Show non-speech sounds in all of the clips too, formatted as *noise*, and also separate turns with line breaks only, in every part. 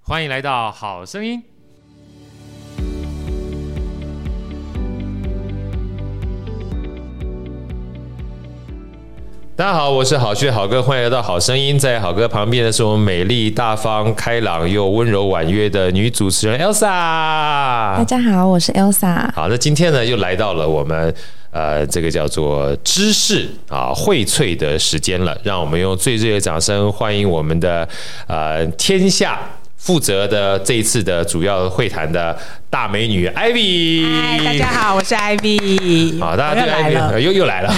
欢迎来到《好声音》。大家好，我是好趣的好哥，欢迎来到《好声音》。在好哥旁边的是我们美丽、大方、开朗又温柔婉约的女主持人 Elsa
大。家好，我是 Elsa。
好，那今天呢，又来到了我们呃这个叫做知识啊荟萃的时间了。让我们用最热烈的掌声欢迎我们的呃天下负责的这一次的主要会谈的大美女 Ivy。
嗨，哎大家。好，我是 Ivy。
好，大家
我
对
又来
Ivy
了。
呃又又来了，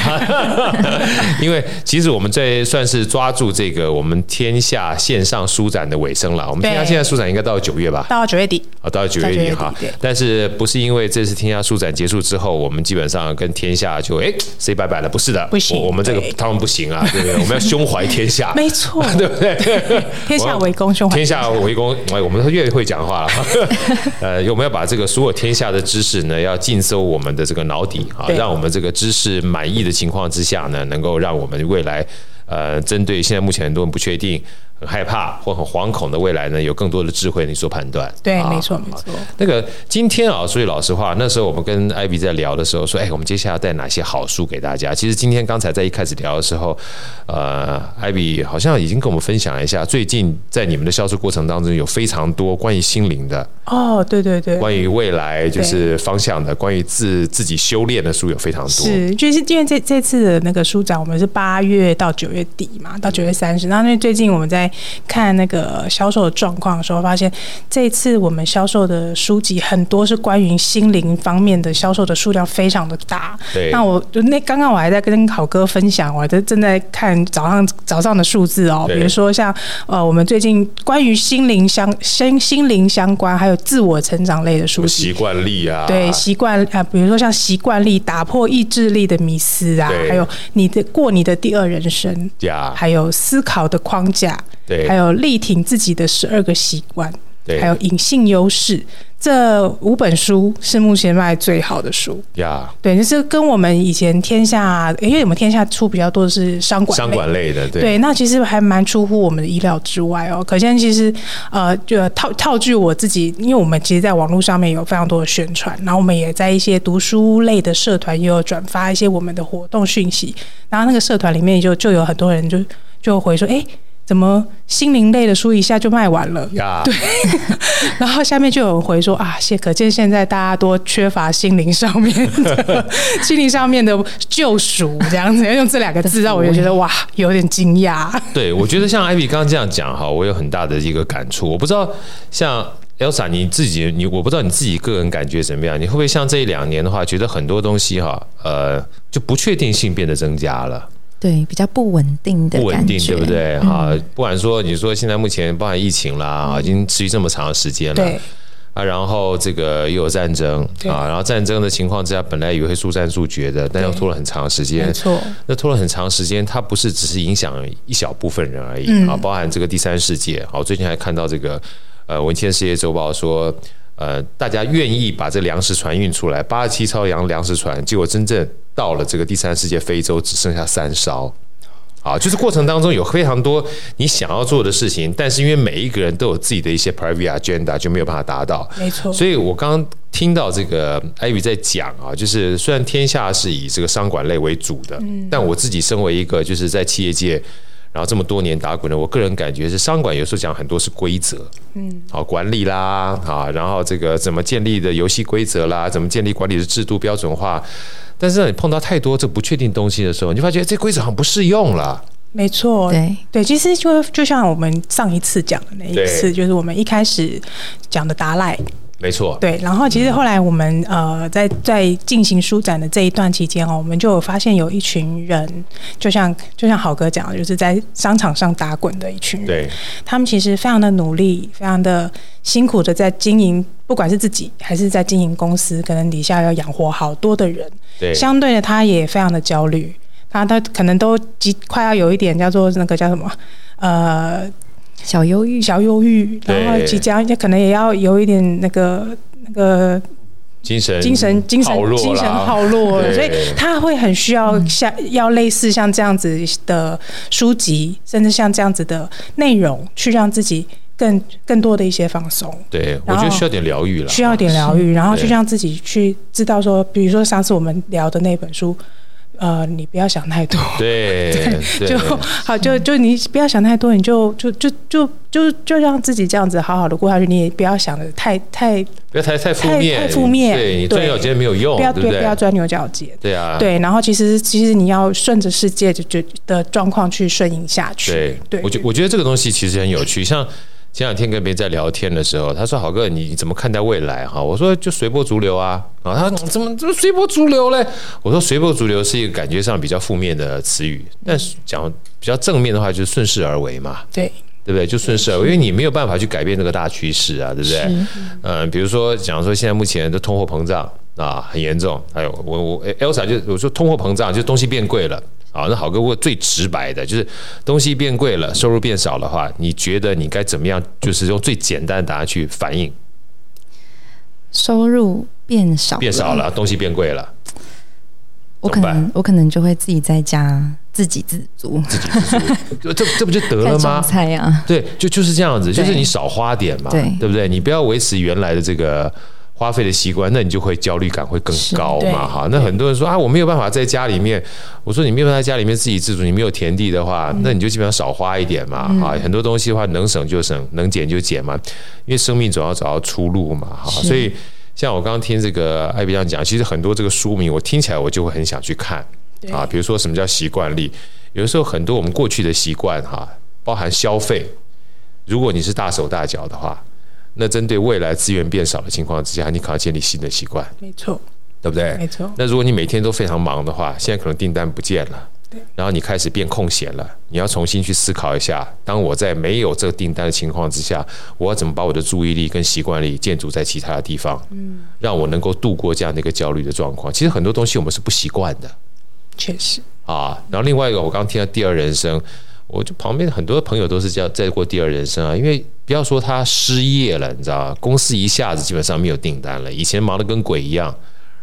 *laughs* 因为其实我们这算是抓住这个我们天下线上书展的尾声了。我们天下
对
线上书展应该到九月吧？
到九月底，
啊，到九月
到九
底
月
哈
底对，
但是不是因为这次天下书展结束之后，我们基本上跟天下就哎 say 拜拜了？不是的，
不行
我我们这个
对
他们不行啊，
*laughs*
对不对？我们要胸怀天下，
没错，
*laughs* 对不对？
*laughs* 天下为公，胸怀
天下为公，哎，我们越会讲话了。 *laughs* 呃，我们要把这个所有天下的知识呢，要尽收我们的这个脑底啊，
对
让我们这个知识满意的情况之下呢，能够让我们未来呃，针对现在目前很多人不确定、很害怕或很惶恐的未来呢，有更多的智慧你做判断。
对，
啊
没错，没错。
那个今天啊，说句老实话，那时候我们跟艾比在聊的时候说，哎，我们接下来带哪些好书给大家？其实今天刚才在一开始聊的时候，呃，艾比好像已经跟我们分享了一下，最近在你们的销售过程当中有非常多关于心灵的、
哦，对对对，
关于未来就是方向的、关于自自己修炼的书有非常多。
是，就是因为这这次的那个书展，我们是八月到九月底嘛，到九月三十。那因为最近我们在看那个销售的状况的时候，发现这一次我们销售的书籍很多是关于心灵方面的，销售的数量非常的大。
对
那我就那刚刚我还在跟好哥分享，我还在正在看早上早上的数字哦，
对
比如说像呃，我们最近关于心灵相心心灵相关，还有自我成长类的
什
书
么
籍，
习惯力啊？
对习惯啊，比如说像习惯力打破意志力的迷思啊
对，
还有你的过你的第二人生，
呀，
还有思考的框架，
对
还有力挺自己的十二个习惯，
对
还有隐性优势，这五本书是目前卖最好的书。
呀，
对，就是跟我们以前天下，因为我们天下出比较多的是商管类
商管类的，对
对，那其实还蛮出乎我们的意料之外哦。可见其实呃，就套套句我自己，因为我们其实在网络上面有非常多的宣传，然后我们也在一些读书类的社团也有转发一些我们的活动讯息，然后那个社团里面就就有很多人就就回说，哎。怎么心灵类的书一下就卖完了？
呀，对
然后下面就有人回说啊，现可见现在大家多缺乏心灵上面的 *laughs* 心灵上面的救赎，这样子用这两个字让我就觉得哇，有点惊讶。
对，我觉得像艾比刚刚这样讲哈，我有很大的一个感触。我不知道像 Elsa 你自己，你我不知道你自己个人感觉怎么样？你会不会像这一两年的话，觉得很多东西哈，呃，就不确定性变得增加了，
对，比较不稳定的
不稳
感觉，
定，对不？对？哈、不管说你说现在目前包含疫情啦，已经持续这么长的时间了
对。
啊，然后这个又有战争
对
啊，然后战争的情况之下，本来以为会速战速决的，但又
对
拖了很长的时间
没。错，
那拖了很长时间，它不是只是影响一小部分人而已、啊，包含这个第三世界。好，我最近还看到这个呃《文茜世界周报》说，呃，大家愿意把这粮食船运出来，八十七艘洋粮食船，结果真正到了这个第三世界非洲，只剩下三艘。啊，就是过程当中有非常多你想要做的事情，但是因为每一个人都有自己的一些 private agenda，就没有办法达到。
没错，
所以我刚刚听到这个艾比在讲啊，就是虽然天下是以这个商管类为主的，
嗯
但我自己身为一个就是在企业界。然后这么多年打滚的，我个人感觉是商管有时候讲很多是规则，嗯，好管理啦，啊，然后这个怎么建立的游戏规则啦，怎么建立管理的制度标准化，但是让你碰到太多这不确定东西的时候，你就发觉这规则好像不适用了，
没错，
对
对，其实就就像我们上一次讲的那一次，
对
就是我们一开始讲的达赖，
没错，
对，然后其实后来我们呃在在进行书展的这一段期间哦，我们就有发现有一群人，就像就像好哥讲的，就是在商场上打滚的一群人，
对
他们其实非常的努力，非常的辛苦的在经营，不管是自己还是在经营公司，可能底下要养活好多的人。
对，
相对的，他也非常的焦虑，他他可能都极快要有一点叫做那个叫什么呃
小忧郁，
小忧郁，
对
然后即将可能也要有一点那个那个
精神
精神精神
耗弱啦
精神耗弱，
对
所以他会很需要像要类似像这样子的书籍，甚至像这样子的内容，去让自己更更多的一些放松。
对，我
然
觉得
后
需要点疗愈了，
需要一点疗愈，然后就
对
让自己去知道说，比如说上次我们聊的那本书，呃，你不要想太多，
对 *laughs* 对
就好，
*laughs*
就就你不要想太多，你就就就就就就让自己这样子好好的过下去，你也不要想的太太，
不要太太负
太
面，
太负面
对你
对
钻牛角尖没有用，
不要
对不
不要钻牛角尖。
对啊，
对，然后其实其实你要顺着世界就就的状况去顺应下去。
对，
对，
我觉我觉得这个东西其实很有趣，像。前两天跟别人在聊天的时候，他说：“好哥，你怎么看待未来？”哈，我说：“就随波逐流啊。”啊，他说嗯：“怎么怎么随波逐流嘞？”我说：“随波逐流是一个感觉上比较负面的词语，但是讲比较正面的话，就是顺势而为嘛。”
对
对不对？就顺势而为，因为你没有办法去改变这个大趋势啊，对不对？嗯、比如说讲说现在目前的通货膨胀啊很严重，还有我我诶 Elsa 就我说通货膨胀就东西变贵了。啊，那好哥问最直白的就是东西变贵了，收入变少的话，你觉得你该怎么样？就是用最简单的答案去反应，
收入变少，
变少，了，东西变贵了，
我
怎
可
么办
能我可能就会自己在家自给自足，
这这这不就得
在
了
种
吗？
菜啊，
对，就就是这样子，
对
就是你少花点嘛，
对
不对？你不要维持原来的这个花费的习惯，那你就会焦虑感会更高
对
嘛，哈。那很多人说啊，我没有办法在家里面，我说你没有办法在家里面自给自足，你没有田地的话，那你就基本上少花一点嘛，哈、很多东西的话，能省就省，能减就减嘛，因为生命总要找到出路嘛，哈。所以像我刚刚听这个艾比这样讲，其实很多这个书名，我听起来我就会很想去看。
对
啊，比如说什么叫习惯力？有的时候很多我们过去的习惯哈、包含消费。如果你是大手大脚的话，那针对未来资源变少的情况之下，你可能要建立新的习惯，
没错
对不对？
没错，
那如果你每天都非常忙的话，现在可能订单不见了
对，
然后你开始变空闲了，你要重新去思考一下，当我在没有这个订单的情况之下，我要怎么把我的注意力跟习惯力建筑在其他的地方，嗯，让我能够度过这样的一个焦虑的状况。其实很多东西我们是不习惯的，
确实
啊。然后另外一个，我刚刚听到第二人生，我就旁边很多朋友都是这样在过第二人生啊，因为不要说他失业了，你知道吧？公司一下子基本上没有订单了，以前忙得跟鬼一样，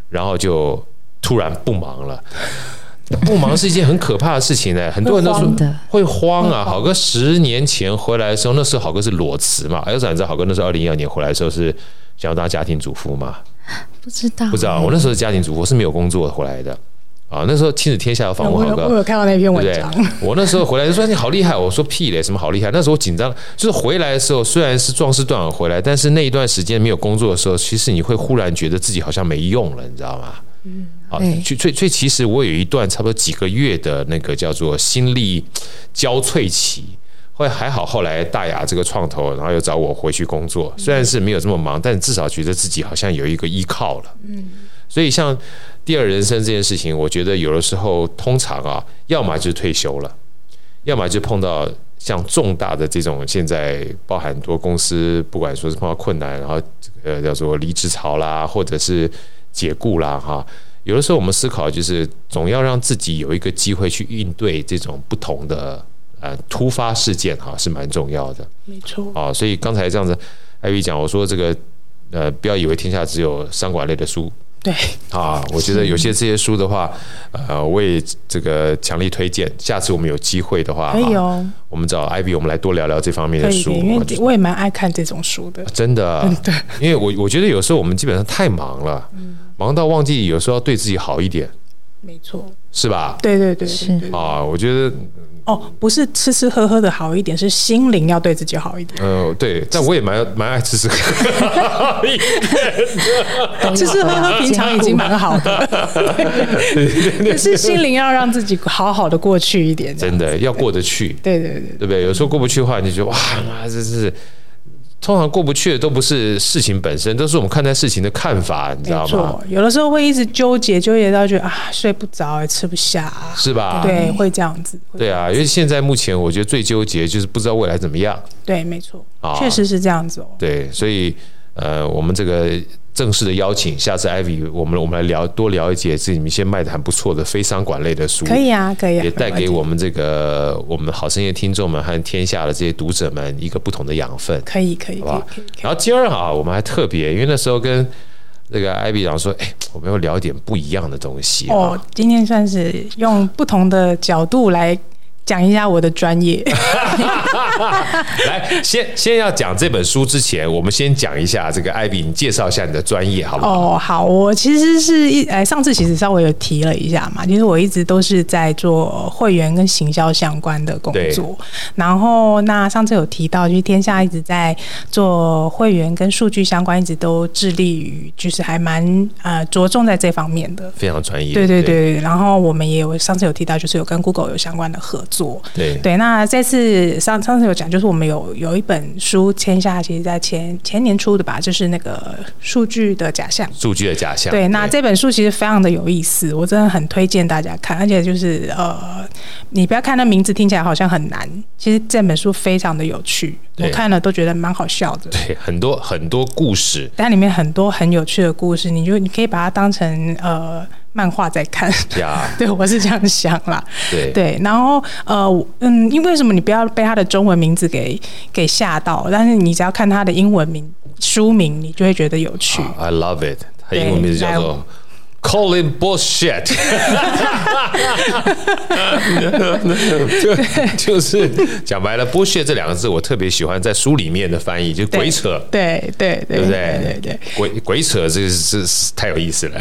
然后就突然不忙了。 *laughs* 不忙是一件很可怕的事情呢、很多人都说
会
慌的
会慌啊。好哥十年前回来的时候，那时候好哥是裸辞嘛，而且你知道好哥那时候二零一二年回来的时候是想要当家庭主妇嘛，
不知道，
不知道我那时候是家庭主妇，我是没有工作回来的啊。那时候亲子天下有访
我
问
有
好
我
哥，
有看到那篇文
对
章
不，对？ *laughs* 我那时候回来就说哎你好厉害，我说屁嘞，什么好厉害？那时候我紧张，就是回来的时候虽然是壮士断腕回来，但是那一段时间没有工作的时候，其实你会忽然觉得自己好像没用了，你知道吗？啊，
对
所以所以所以其实我有一段差不多几个月的那个叫做心力交瘁期。后来还好，后来大雅这个创投，然后又找我回去工作，虽然是没有这么忙，但至少觉得自己好像有一个依靠了。嗯，所以像第二人生这件事情，我觉得有的时候通常啊，要么就是退休了，要么就碰到像重大的这种现在包含很多公司，不管说是碰到困难，然后呃叫做离职潮啦，或者是解雇啦，哈。有的时候我们思考就是总要让自己有一个机会去应对这种不同的呃突发事件哈，是蛮重要的
没错，
啊。所以刚才这样子，艾薇讲我说这个呃，不要以为天下只有商管类的书，
对，
啊，我觉得有些这些书的话，呃，我也这个强力推荐。下次我们有机会的话，
可以
啊
哦，
我们找艾比，我们来多聊聊这方面
可
的
以，
书
可以。因
我
为我也蛮爱看这种书的，
啊真
*laughs*
的，因为我我觉得有时候我们基本上太忙了，
嗯
忙到忘记有时候要对自己好一点，
没错，
是吧？
对对对
是
对对，
啊，我觉得，
哦，不是吃吃喝喝的好一点，是心灵要对自己好一点。
呃，对，但我也蛮蛮爱吃
*laughs*
这个，
都有
吃吃喝
*laughs*
喝平常已经蛮好的，可是心灵要让自己好好的过去一点。
*laughs* 真的要过得去，
对对对，
对不对？有时候过不去的话，你就觉得哇，妈这是。通常过不去的都不是事情本身，都是我们看待事情的看法，你知道
没
吗？
错，有的时候会一直纠结，纠结到觉得啊睡不着，也吃不下啊，
是吧？
对，会这样子。会
对啊，因为现在目前我觉得最纠结就是不知道未来怎么样
对，没错，
啊。
确，实是这样子哦。
对，所以呃，我们这个正式的邀请，下次 Ivy 我们我们来聊多聊一节这里面现在卖的很不错的非商管类的书，
可以啊，可以啊，
也带给
没问题
我们这个我们好声音的听众们和天下的这些读者们一个不同的养分。
可以可以
好
可
吧
以可以可以。
然后今儿啊，我们还特别，因为那时候跟那个 Ivy 讲说，哎，我们要
哦
聊一点不一样的东西啊。
哦，今天算是用不同的角度来讲一下我的专业。
来，先先要讲这本书之前，我们先讲一下这个艾比，你介绍一下你的专业好不好？
哦，好，我其实是一哎，上次其实稍微有提了一下嘛，其实我一直都是在做会员跟行销相关的工作。然后那上次有提到，就是天下一直在做会员跟数据相关，一直都致力于就是还蛮呃着重在这方面的。
非常专业。
对对对，然后我们也有上次有提到，就是有跟 Google 有相关的合作。
对对
对，那这次上上次有讲，就是我们有有一本书签下，其实在前前年出的吧，就是那个数据的假象。
数据的假象。
对，那这本书其实非常的有意思，我真的很推荐大家看，而且就是呃，你不要看那名字听起来好像很难，其实这本书非常的有趣，我
对
看了都觉得蛮好笑的。
对很多很多故事。
但里面很多很有趣的故事，你就你可以把它当成呃漫画在看。
呀，
*laughs* 对，我是这样想啦。
对
对，然后呃，我嗯，因为什么你不要被他的中文名字给给吓到，但是你只要看他的英文名书名，你就会觉得有趣。
啊 I love it。它
对
英文名字叫
来
做 Colin Bullshit，就 *laughs* 就是讲白了，bullshit 这两个字我特别喜欢在书里面的翻译，就
对
鬼扯。
对对对
对不
对
对？
对对
鬼鬼扯，这个是是太有意思了。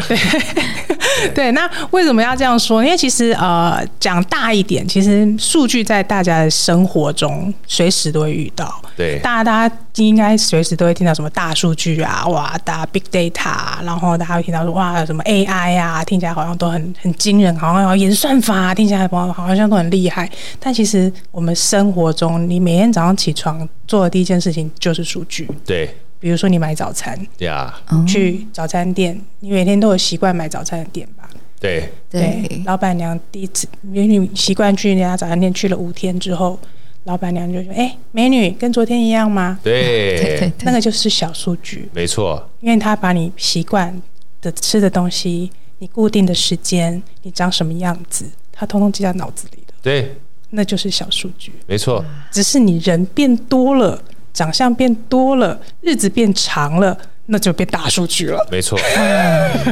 对。那为什么要这样说？因为其实呃，讲大一点，其实数据在大家的生活中随时都会遇到。
对
大家大家应该随时都会听到什么大数据啊，哇，大家 big data，啊然后大家会听到说哇，什么 AI 啊，听起来好像都很很惊人，好像要演算法、啊，听起来好好像都很厉害。但其实我们生活中，你每天早上起床做的第一件事情就是数据，
对
比如说你买早餐，
呀，
哦
去早餐店，你每天都有习惯买早餐的店吧？
对
对，
老板娘第一次，美女习惯去那家早餐店去了五天之后，老板娘就说：“哎、美女，跟昨天一样吗？”
对对
对，
那个就是小数据，
没错，
因为它把你习惯的吃的东西、你固定的时间、你长什么样子，它通通记在脑子里的，
对，
那就是小数据。
没错，
只是你人变多了，长相变多了，日子变长了，那就变大数据了。
没错，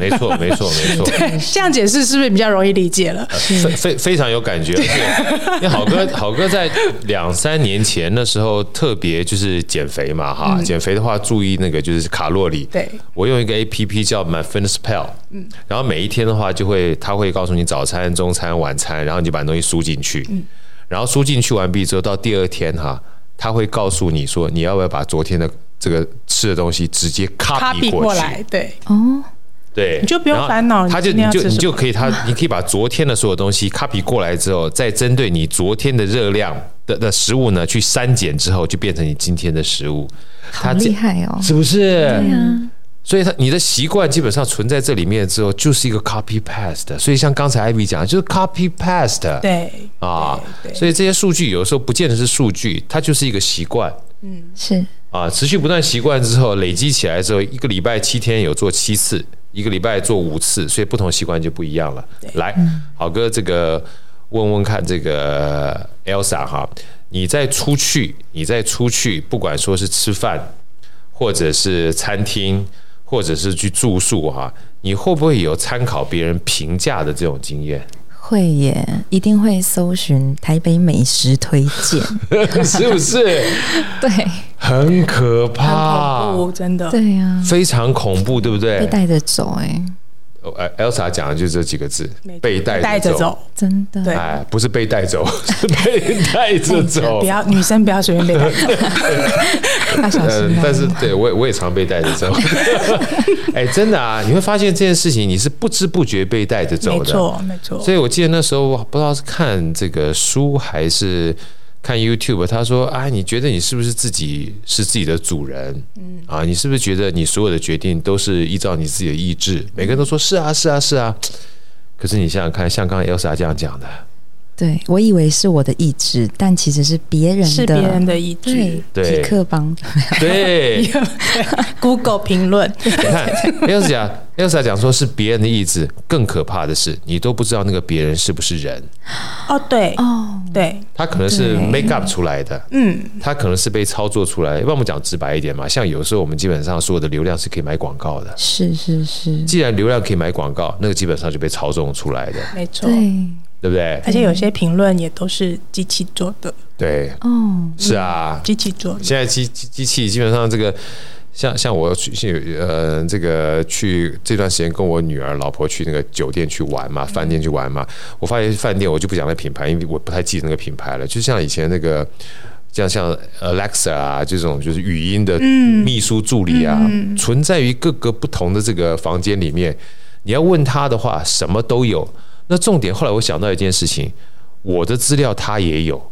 没错，没错，没错。
*laughs* 这样解释是不是比较容易理解了？
非非非常有感觉，而且因为好
*laughs*
哥好哥在两三年前那时候特别就是减肥嘛哈，减肥的话注意那个就是卡路里。
嗯对
我用一个 A P P 叫 My Fitness Pal，嗯，然后每一天的话就会他会告诉你早餐、中餐、晚餐，然后你就把东西输进去，
嗯
然后输进去完毕之后，到第二天哈，他会告诉你说你要不要把昨天的这个吃的东西直接 copy
过
去。
来，对
哦，
对，
你就不用
然后
烦恼
他就
你今
你
天要
就
吃
你
什
就可以他，
*laughs*
你可以把昨天的所有东西 copy 过来之后，再针对你昨天的热量的的食物呢去删减之后，就变成你今天的食物。
好
他这
厉害哦，
是不是？
对啊，
所以他你的习惯基本上存在这里面之后，就是一个 copy paste。所以像刚才艾比讲的，就是 copy paste。
对
啊
对，对
所以这些数据有时候不见得是数据，它就是一个习惯。
是
啊，持续不断习惯之后，累积起来之后，一个礼拜七天有做七次，一个礼拜做五次，所以不同习惯就不一样了。来，
嗯
好哥，这个问问看，这个 Elsa 哈，你在出去，你在出去，不管说是吃饭，或者是餐厅，或者是去住宿哈，你会不会有参考别人评价的这种经验？ *laughs*
会耶，一定会搜寻台北美食推
*laughs*
荐，
是不是
对
很可怕？
很恐怖，真的。
对呀，
非常恐怖，对不对？
被带着走哎，
呃，Elsa 讲的就是这几个字
没，错
被带
带着。走，
真的，
对
哎，不是被带走， *laughs* 是被带着走
嗯不。要女生不要随便被带走。
嗯
要小心哦，，
但是对我也我也常被带着
*laughs*
走。 *laughs* 哎，真的啊，你会发现这件事情你是不知不觉被带着 *laughs* 走
没
的。
错，没错。
所以我记得那时候我不知道是看这个书还是看 YouTube，他说啊，你觉得你是不是自己是自己的主人？嗯啊，你是不是觉得你所有的决定都是依照你自己的意
嗯
志？每个人都说是啊，是啊，是啊。可是你想想看，像刚刚 Elsa 这样讲的，
对我以为是我的意志，但其实是别人
是别人
的。
的意
对
志。，
对
匹克帮， *laughs*
对，你
Google 评论，
看 Elsa Elsa 讲说是别人的意志，更可怕的是你都不知道那个别人是不是人，
哦，对
哦，
对，
他可能是
对
make up 出来的，
嗯，
他可能是被操作出来。要不然我们讲直白一点嘛，像有时候我们基本上所有的流量是可以买广告的，
是是是，
既然流量可以买广告，那个基本上就被操纵出来的。
没错，
对，
对不对？
而且有些评论也都是机器做的，
对，
哦，
是啊，
机器做的。
现在机机机器基本上这个，像像我去去呃这个去这段时间跟我女儿老婆去那个酒店去玩嘛，饭店去玩嘛，我发现饭店我就不讲那品牌，因为我不太记得那个品牌了，就像以前那个。像像 Alexa 啊，这种就是语音的秘书助理啊，存在于各个不同的这个房间里面。你要问他的话，什么都有。那重点，后来我想到一件事情，我的资料他也有，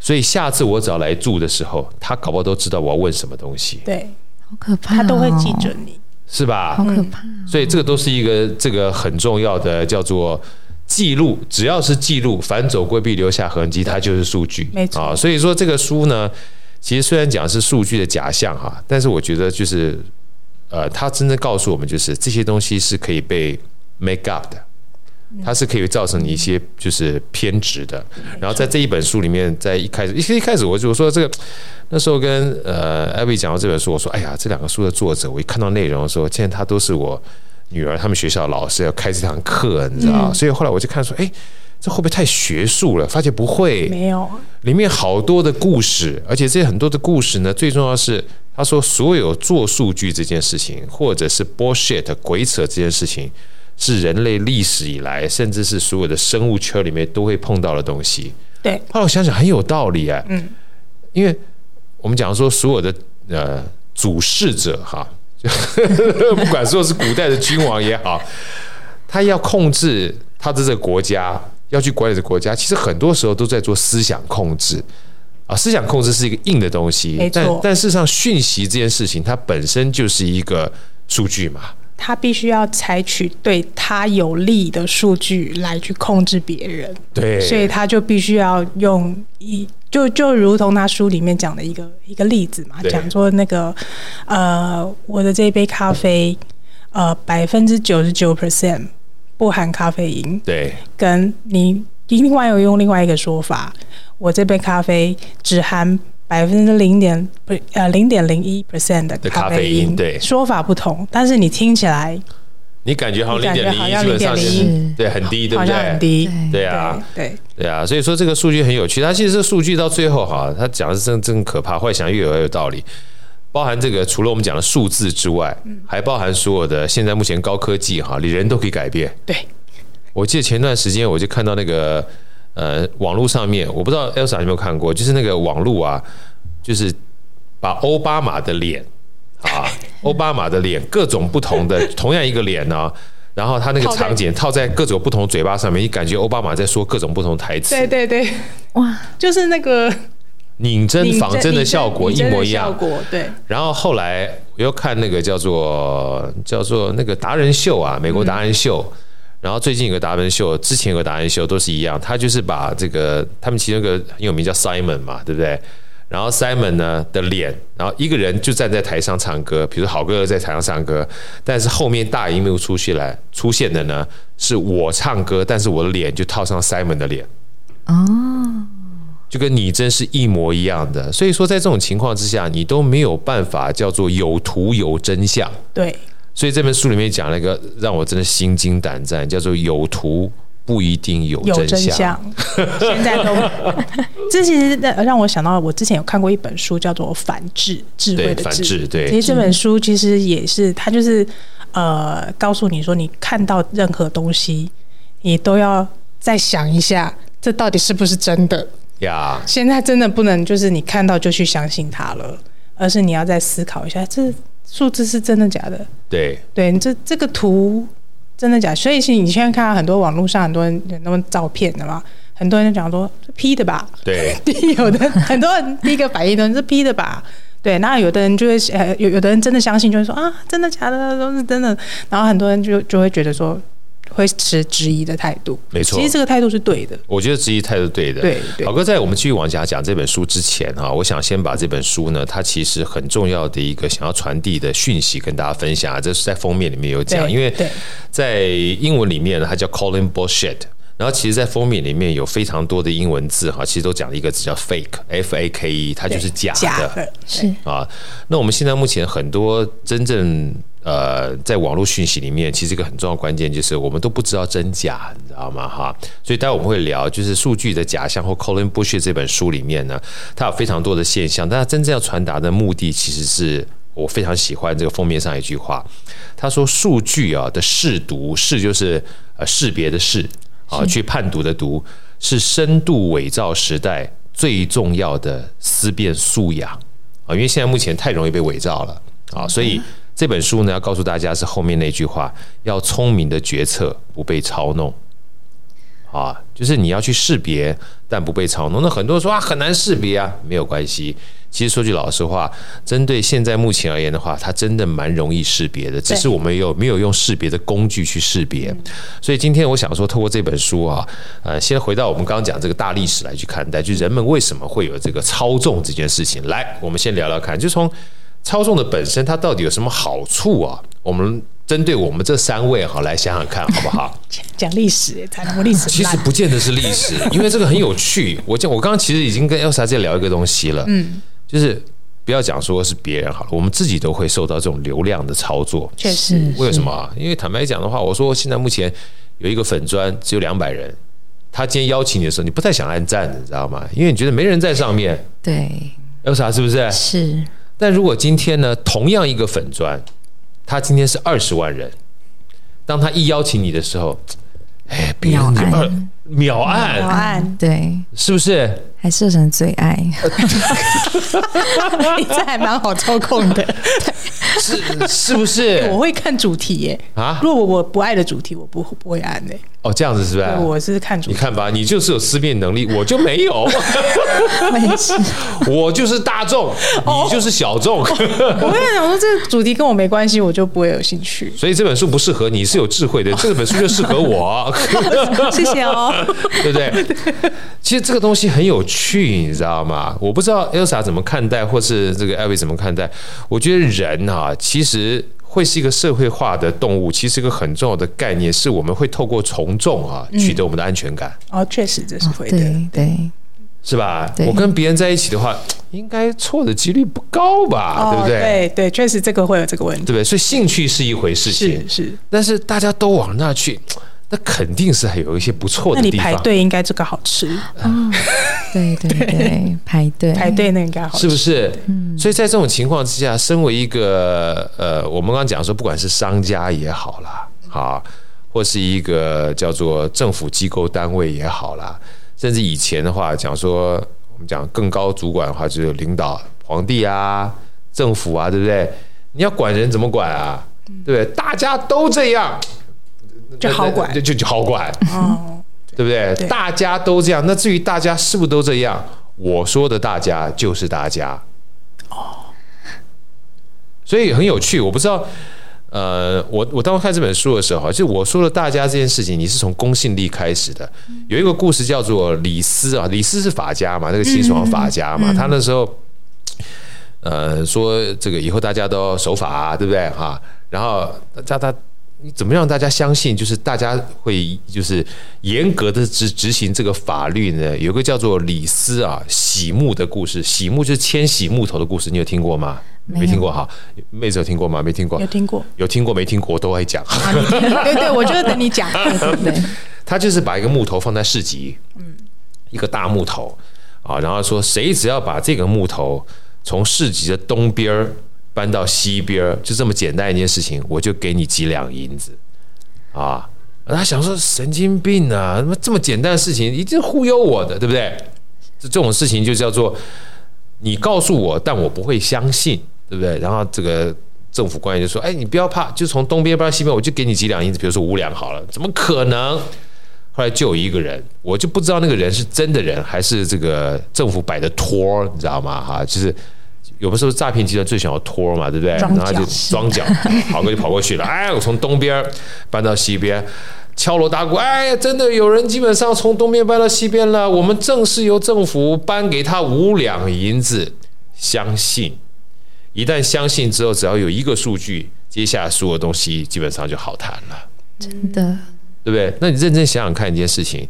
所以下次我只要来住的时候，他搞不好都知道我要问什么东西，
对
好可怕、哦，
他都会记嗯准，你，
是吧？
好可怕、
所以这个都是一个这个很重要的叫做记录，只要是记录，反走规避留下痕迹，它就是数据。
没错
啊，所以说这个书呢，其实虽然讲是数据的假象哈、但是我觉得就是呃，它真正告诉我们就是这些东西是可以被 make up 的。它是可以造成你一些就是偏执的，然后在这一本书里面，在一开始，其实一开始我就我说这个，那时候跟呃艾薇讲到这本书，我说哎呀，这两个书的作者，我一看到内容的时候，现在他都是我女儿他们学校的老师要开这堂课，你知道吗、所以后来我就看说，哎，这会不会太学术了？发现不会，
没有
里面好多的故事，而且这些很多的故事呢，最重要是他说所有做数据这件事情，或者是 bullshit 鬼扯这件事情，是人类历史以来，甚至是所有的生物圈里面都会碰到的东西。
对，
后来我想想很有道理哎、
嗯，
因为我们讲说所有的呃主事者哈， *laughs* 就不管说是古代的君王也好，他要控制他的这个国家，要去管理这个国家，其实很多时候都在做思想控制。啊，思想控制是一个硬的东西
没，错
但但事实上，讯息这件事情它本身就是一个数据嘛，
他必须要采取对他有利的数据来去控制别人，
对，
所以他就必须要用一就就如同他书里面讲的一个一个例子嘛，
对
讲说那个呃，我的这杯咖啡呃百分之九十九 percent 不含咖啡因，
对
跟你另外有用另外一个说法，我这杯咖啡只含百分之零点不呃零点零一 percent 的
的
咖
咖啡
啡因，
因对
说法不同，但是你听起来
你感觉好
你
像零点
感觉
零
好
一，
像
基本上
0.01
对很低，对
好
不
像
对？
很低，
对，
对啊，
对
对啊，所以说这个数据很有趣。它其实这数据到最后哈，它讲的是真真可怕，后来想越有越有道理。包含这个，除了我们讲的数字之外，还包含所有的现在目前高科技哈，你人都可以改变。
对
我记得前段时间我就看到那个呃网络上面，我不知道 Elsa 有没有看过，就是那个网络啊，就是把奥巴马的脸
*laughs*
啊，奥巴马的脸各种不同的同样一个脸呢、然后他那个
套在
场景套在各种不同嘴巴上面，你感觉奥巴马在说各种不同台词，
对对对，
哇，
就是那个
拧针
你
仿真的效果
你
一
真
模
的
一
效
样。
果对，
然后后来我又看那个叫做叫做那个达人秀啊，美国达人秀。然后最近有个达人秀，之前有个达人秀都是一样，他就是把这个他们其中一个很有名叫 Simon 嘛，对不对？然后 Simon 呢的脸，然后一个人就站在台上唱歌，比如好哥哥在台上唱歌，但是后面大荧幕出现来出现的呢是我唱歌，但是我的脸就套上 Simon 的脸。
哦，
就跟拟真是一模一样的。所以说，在这种情况之下，你都没有办法叫做有图有真相。
对
所以这本书里面讲了一个让我真的心惊胆战，叫做有图不一定有
有
真
真相，现在
*laughs*
都。这其实让我想到，我之前有看过一本书，叫做《反智智慧
对，
的
反
智》。
制，对
其实这本书其实也是，它就是呃，告诉你说，你看到任何东西，你都要再想一下，这到底是不是真的？
呀，
现在真的不能就是你看到就去相信它了，而是你要再思考一下，这数字是真的假的？
对
对，你这这个图真的假的所以其实你现在看到很多网络上很多人很多照片的嘛，很多人就讲说这 P 的吧， *laughs*
对
有的很多人第一个反应都是 P 的吧。对，那有的人就会呃，有有的人真的相信，就会说啊，真的假的，都是真的。然后很多人就就会觉得说，会持质疑的态度。
没错
其实这个态度是对的。
我觉得质疑态度对的。
对对
好哥，在我们继续往下讲这本书之前啊，我想先把这本书呢，它其实很重要的一个想要传递的讯息跟大家分享啊，这是在封面里面有讲，
对
因为
对
在英文里面呢它叫 calling bullshit。然后其实，在封面里面有非常多的英文字哈，其实都讲了一个字叫 fake，f a k e，它就是假
假
的。
的，
是
啊。那我们现在目前很多真正呃，在网络讯息里面，其实一个很重要的关键就是我们都不知道真假，你知道吗？哈，所以待会我们会聊，就是数据的假象或 Colin Bush 这本书里面呢，它有非常多的现象，但它真正要传达的目的其实是。我非常喜欢这个封面上一句话，他说：“数据啊的试读，试就是呃识别的试啊，去判读的读，是深度伪造时代最重要的思辨素养。”啊，因为现在目前太容易被伪造了啊，所以这本书呢要告诉大家是后面那句话，要聪明的决策，不被操弄。啊，就是你要去识别，但不被操弄。那很多人说啊很难识别啊，没有关系。其实说句老实话，针对现在目前而言的话，它真的蛮容易识别的，只是我们有没有用识别的工具去识别。所以今天我想说，透过这本书啊，呃，先回到我们刚刚讲这个大历史来去看待，就人们为什么会有这个操纵这件事情。来，我们先聊聊看，就从操纵的本身，它到底有什么好处啊？我们针对我们这三位哈，来想想看好不好？
讲讲历史，谈我历
*laughs*
史
其
烂
实，不见得是历史，因为这个很有趣。我讲，我刚刚其实已经跟 Elsa 在聊一个东西了，嗯，就是不要讲说是别人好了，我们自己都会受到这种流量的操作。
确 *laughs* 实
是
为什么啊？因为坦白讲的话，我说现在目前有一个粉砖只有两百人，他今天邀请你的时候，你不太想按赞，你知道吗？因为你觉得没人在上面
对，
，Elsa 是不是？
是
但如果今天呢，同样一个粉砖，他今天是二十万人，当他一邀请你的时候，哎，别人
秒按
二秒
答
按，
案，
对，
是不是？
还设成最爱，
你这还蛮好操控的。
是是不是
*laughs* 我会看主题耶，
啊？
如果我不爱的主题，我不不会按的。
哦，这样子是不
对，
是？
我是看主
你
题。
看吧，你就是有思辨能力，我就没有，
我也是，
我就是大众，你就是小众，。
我跟你讲说，这个主题跟我没关系，我就不会有兴趣
*laughs* 所以这本书不适合你，是有智慧的，这本书就适合我，
谢谢哦。
对不对？其实这个东西很有趣，你知道吗？我不知道 Elsa 怎么看待，或是这个艾薇怎么看待。我觉得人啊，其实会是一个社会化的动物，其实一个很重要的概念，是我们会透过从众啊，取得我们的安全感。
哦，确实这是会的。
对对，
是吧？
对
我跟别人在一起的话，应该错的几率不高吧，
哦，
啊对不对？
对对，确实这个会有这个问
对
题。
不对？所以兴趣是一回事情
是，是，
但是大家都往那去，那肯定是还有一些不错
那
的
你
地
排
方，
队应该这个好吃，
*laughs* 对对对，排队
哦排队那个应该好
是
吃。
不是？所以在这种情况之下，身为一个呃，我们刚刚讲说，不管是商家也好啦，啊，或是一个叫做政府机构单位也好啦，甚至以前的话讲说，我们讲更高主管的话，就是领导皇帝啊、政府啊，对不对？你要管人怎么管啊？对不对？大家都这样，
就好管
那那就就好管，
哦，
对不对？
对
大家都这样，那至于大家是不是都这样，我说的大家就是大家。哦，所以很有趣，我不知道。呃，我我当时看这本书的时候啊，就我说了大家这件事情，你是从公信力开始的。有一个故事叫做李斯啊，李斯是法家嘛，那个秦始皇法家嘛，他那时候呃说这个以后大家都要守法、啊，对不对啊？然后大家你怎么让大家相信，就是大家会就是严格的执执行这个法律呢？有个叫做李斯啊洗木的故事，洗木就是迁徙木头的故事，你有听过吗？
没有
没听过哈，妹子有听过吗？没听过
有，听过？
有听过没听过我都会讲。 *laughs*
对对，我就等你讲。
对
他就是把一个木头放在市集，
嗯
一个大木头啊，然后说谁只要把这个木头从市集的东边儿搬到西边儿，就这么简单一件事情，我就给你几两银子啊。他想说神经病啊，他妈这么简单的事情一定忽悠我的，对不对？这这种事情就叫做你告诉我，但我不会相信，对不对？然后这个政府官员就说：“哎，你不要怕，就从东边搬到西边，我就给你几两银子，比如说五两好了。”怎么可能？后来就有一个人，我就不知道那个人是真的人还是这个政府摆的托儿，你知道吗？哈，就是有的时候诈骗集团最想要托儿嘛，对不对？
装
然后就装脚，跑过去跑过去了，哎，我从东边搬到西边。敲锣打鼓，哎，真的有人基本上从东边搬到西边了。我们正式由政府颁给他五两银子，相信。一旦相信之后，只要有一个数据，接下来所有东西基本上就好谈了。
真的
对不对？那你认真想想看一件事情，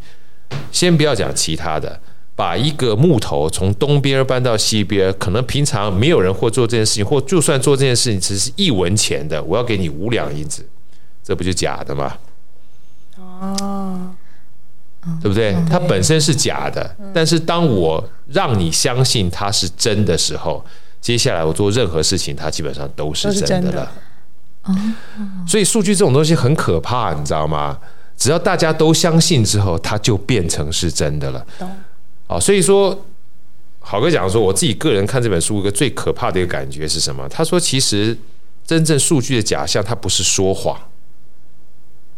先不要讲其他的，把一个木头从东边搬到西边，可能平常没有人会做这件事情，或就算做这件事情，只是一文钱的，我要给你五两银子，这不就假的吗？
哦，
对不对？它本身是假的，但是当我让你相信它是真的时候，接下来我做任何事情，它基本上都是
都是
真的
真的
了。
哦
所以数据这种东西很可怕，你知道吗？只要大家都相信之后，它就变成是真的了。
懂。
啊，所以说，好哥讲说，我自己个人看这本书，一个最可怕的一个感觉是什么？他说，其实真正数据的假象，它不是说谎。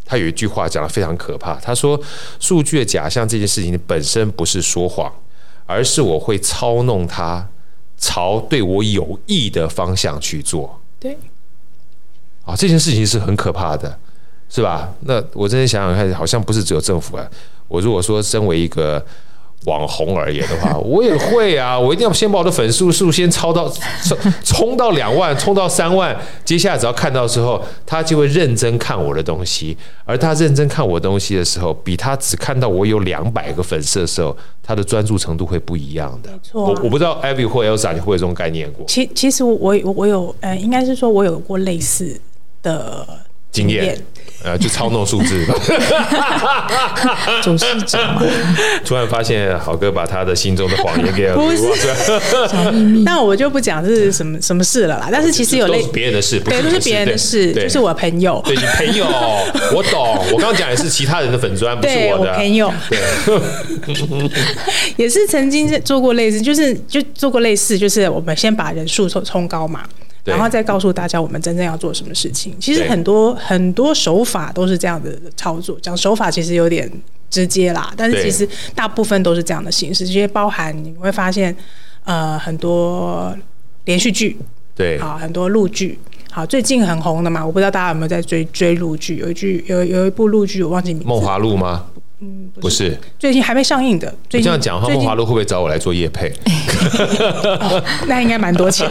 他有一句话讲的非常可怕，他说：“数据的假象这件事情本身不是说谎，而是我会操弄它，朝对我有益的方向去做。”
对，
啊，这件事情是很可怕的，是吧？那我真的想想看，好像不是只有政府啊。我如果说身为一个网红而言的话，我也会啊，我一定要先把我的粉丝数先超到冲冲到两万，冲到三万。接下来只要看到之后，他就会认真看我的东西，而他认真看我的东西的时候，比他只看到我有两百个粉丝的时候，他的专注程度会不一样的。
没
我
错啊、
我不知道 Abby 或 Elsa 你会有这种概念过
其其实我我我有呃，应该是说我有过类似的
经验，呃，就操弄数字。
主事者
*laughs*
嘛，
突然发现好哥把他的心中的谎言
*laughs*
给
不是
挖出来
小秘密。
那我就不讲是什么什么事了啦。但是其实有
都
类
是别人的事，不
对，
是
都是别人的事，
对
就是我朋友，
对你朋
*laughs*
友，我懂。我刚刚讲也是其他人的粉砖，不是
对
我
我
的。啊
朋友 *laughs* 也是曾经是做过类似，就是就做过类似，就是我们先把人数冲冲高嘛。
对
然后再告诉大家我们真正要做什么事情。其实
对
很多很多手法都是这样的操作，讲手法其实有点直接啦，但是
对
其实大部分都是这样的形式，因为包含你会发现，呃，很多连续剧，
对
好，很多陆剧。好，最近很红的嘛，我不知道大家有没有在追追陆剧，有一剧有有一部陆剧我忘记名字，
梦华录吗？
嗯不
不
是，
是。
最近还没上映的。最
你
近
这样讲的话，
最
梦
近
华录会不会找我来做夜配？
那应该蛮多
*laughs*
钱。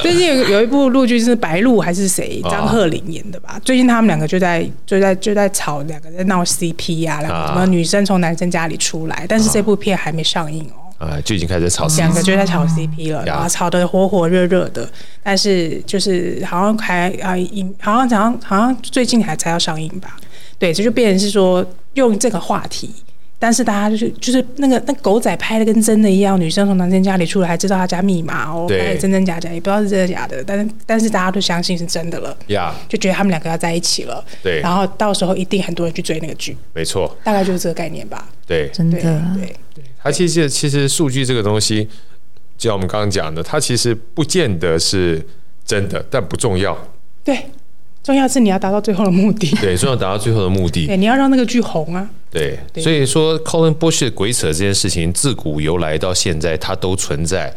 最近有有一部陆剧是白鹿还是谁
哦
张鹤龄演的吧？最近他们两个就在就在就在吵，两个在闹 CP 啊，两个
啊
什么女生从男生家里出来，但是这部片还没上映哦。
啊，就已经开始吵死了
两个就在炒 CP 了，
呀
然后炒得火火热热的，但是就是好像还啊，影好像好像好像最近还才要上映吧？对，这就变成是说用这个话题，但是大家就是就是那个那狗仔拍的跟真的一样，女生从男生家里出来还知道他家密码哦，
对
拍得真真假假也不知道是真的假的，但是但是大家都相信是真的了，
呀。
就觉得他们两个要在一起了，
对
然后到时候一定很多人去追那个剧，
没错，
大概就是这个概念吧，
对。
真
对
的，
对。
它其实其实数据这个东西，就像我们刚刚讲的，它其实不见得是真的，但不重要。
对，重要是你要达到最后的目的。
对，重要达到最后的目的。
对，你要让那个剧红啊。
对，
对
所以说 Colin Bush 的鬼扯这件事情，自古由来到现在，它都存在。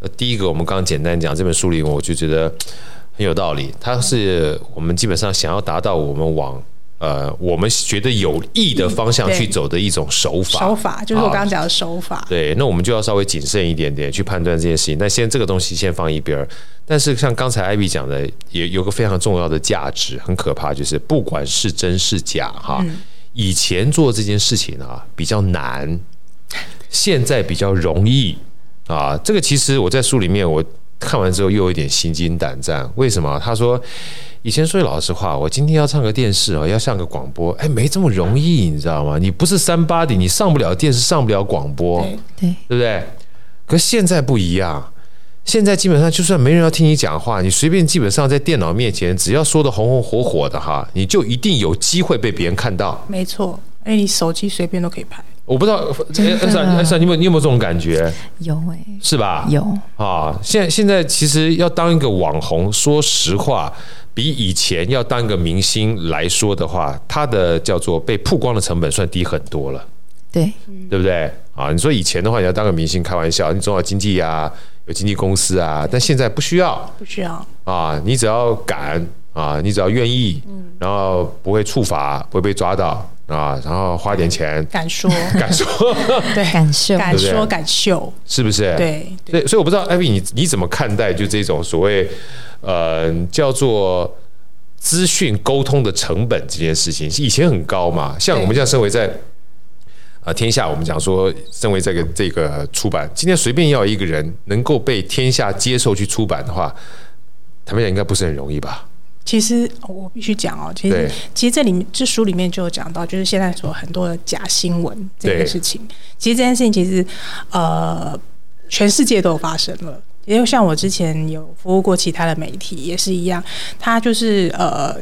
呃，第一个，我们刚刚简单讲这本书里，我就觉得很有道理。它是我们基本上想要达到我们往呃我们觉得有益的方向去
对
走的一种手法。
手法就是我
啊
刚刚讲的手法。
对，那我们就要稍微谨慎一点点去判断这件事情。那先这个东西先放一边儿。但是像刚才艾比讲的，也有个非常重要的价值，很可怕，就是不管是真是假哈，以前做这件事情啊比较难，现在比较容易啊。这个其实我在书里面我看完之后又有一点心惊胆战，为什么？他说。以前说句老实话，我今天要唱个电视哦，要上个广播，哎，没这么容易，你知道吗？你不是三八的，你上不了电视，上不了广播。
对
对，
对不对？可是现在不一样，现在基本上就算没人要听你讲话，你随便基本上在电脑面前，只要说的红红火火的哈，你就一定有机会被别人看到。
没错，因为你手机随便都可以拍。
我不知 *laughs* 道，
真的
哎，算哎算，你有没有你有没有这种感觉？
有哎、
是吧？
有，
啊，现在现在其实要当一个网红，说实话，比以前要当一个明星来说的话，它的叫做被曝光的成本算低很多了。
对，
对不对？啊，你说以前的话，你要当个明星，开玩笑，你总要经纪啊，有经纪公司啊，但现在不需要
不需要，
啊，你只要敢啊，你只要愿意，然后不会触法，不会被抓到啊，然后花点
*laughs*
钱，
敢说，
敢说
对，
感受
敢
对不
说，
对
敢秀，
是不是？。
对，
所以，所以我不知道艾比，你你怎么看待就这种所谓呃叫做资讯沟通的成本这件事情，以前很高嘛。像我们这样身为在啊、天下，我们讲说，身为这个这个出版，今天随便要一个人能够被天下接受去出版的话，坦白讲应该不是很容易吧？
其实哦我必须讲哦，其
对
实其实这里面这书里面就有讲到，就是现在所很多的假新闻这
对
件事情。其实这件事情其实呃，全世界都有发生了。也有像我之前有服务过其他的媒体，也是一样，他就是呃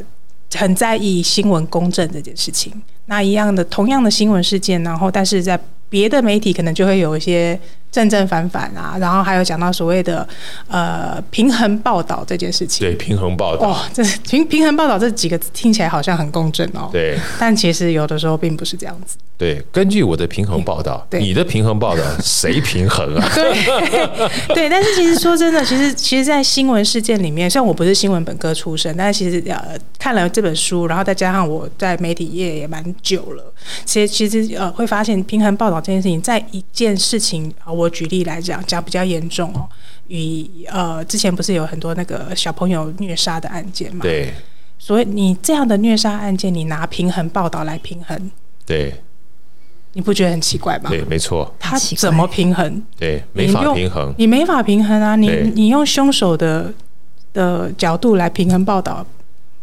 很在意新闻公正这件事情。那一样的同样的新闻事件，然后但是在别的媒体可能就会有一些正正反反啊，然后还有讲到所谓的呃平衡报道这件事情。
对，平衡报道，
哦，这是平平衡报道这几个字听起来好像很公正哦，
对
但其实有的时候并不是这样子。
对，根据我的平衡报道，
对
你的平衡
*laughs*
报道谁平衡啊？
对，对，但是其实说真的，其实其实，在新闻事件里面，虽然我不是新闻本科出身，但是其实呃，看了这本书，然后再加上我在媒体业也蛮久了，其实其实呃，会发现平衡报道这件事情，在一件事情，啊，我举例来讲，讲比较严重哦，与呃，之前不是有很多那个小朋友虐杀的案件嘛，，
对
所以你这样的虐杀案件，你拿平衡报道来平衡。
对
你不觉得很奇怪吗？
对，没错，
他
很奇怪
怎么平衡？
对，没
你
法
用
平衡，
你没法平衡啊！你
对
你用凶手的的角度来平衡报道，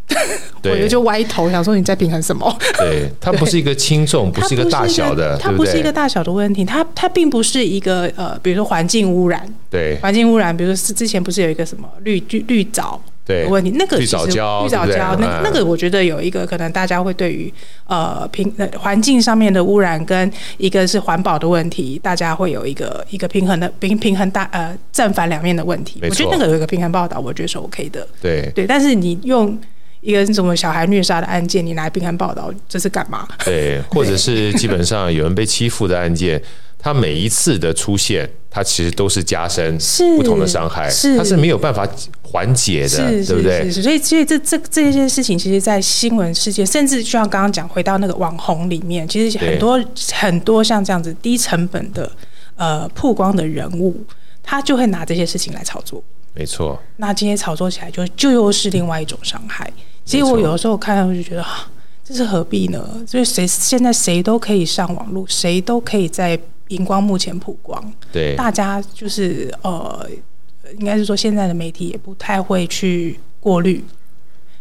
我
对
觉得就歪头想说你在平衡什么？
*laughs* 对，它不是一个轻重，不
它
是一个大小的，
它
对
不
不
是一个
对？
大小的问题，它它并不是一个呃，比如说环境污染，
对
环境污染，比如说是之前不是有一个什么绿绿绿藻
对
的问题，那个
绿
其实
藻胶
绿藻
对不对
胶，
嗯
那那个我觉得有一个可能大家会对于呃平呃环境上面的污染跟一个是环保的问题，大家会有一个一个平衡的平平衡大呃正反两面的问题。
没
我觉得
错
那个有一个平衡报道，我觉得是 OK 的。
对
对，但是你用一个什么小孩虐杀的案件，你来平衡报道，这是干嘛？
对，或者是基本上有人被欺负的案件，它每一次的出现，它其实都是加深
是
不同的伤害，
是
它是没有办法缓解的，
是
对不对？
是是是，所以所以这这这件事情，其实，在新闻世界，甚至就像刚刚讲，回到那个网红里面，其实
对
很多很多像这样子低成本的呃曝光的人物，他就会拿这些事情来炒作。
没错，
那今天炒作起来就，就又是另外一种伤害。其实
没错
我有的时候看到，我就觉得、啊、这是何必呢？所以谁现在谁都可以上网络，谁都可以在荧光幕前曝光。
对
大家就是呃，应该是说现在的媒体也不太会去过滤，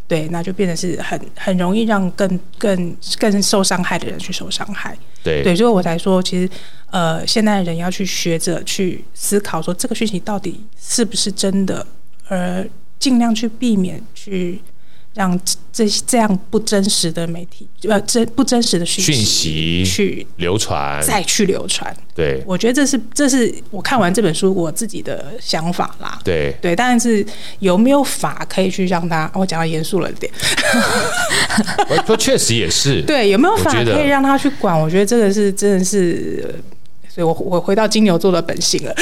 对，那就变成是很很容易让更更更受伤害的人去受伤害。
对
对，所以我才说，其实呃，现在人要去学着去思考，说这个讯息到底是不是真的，而尽量去避免去让这这这样不真实的媒体呃真不真实的讯息
讯息
去
流传，
再去流传。
对
我觉得这是这是我看完这本书我自己的想法啦。
对
对，但是有没有法可以去让它？哦我讲到严肃了一点。
我说确实也是，
*laughs* 对，有没有法
我觉得
可以让他去管？我觉得这个是真的是，呃所以我我回到金牛座的本性了。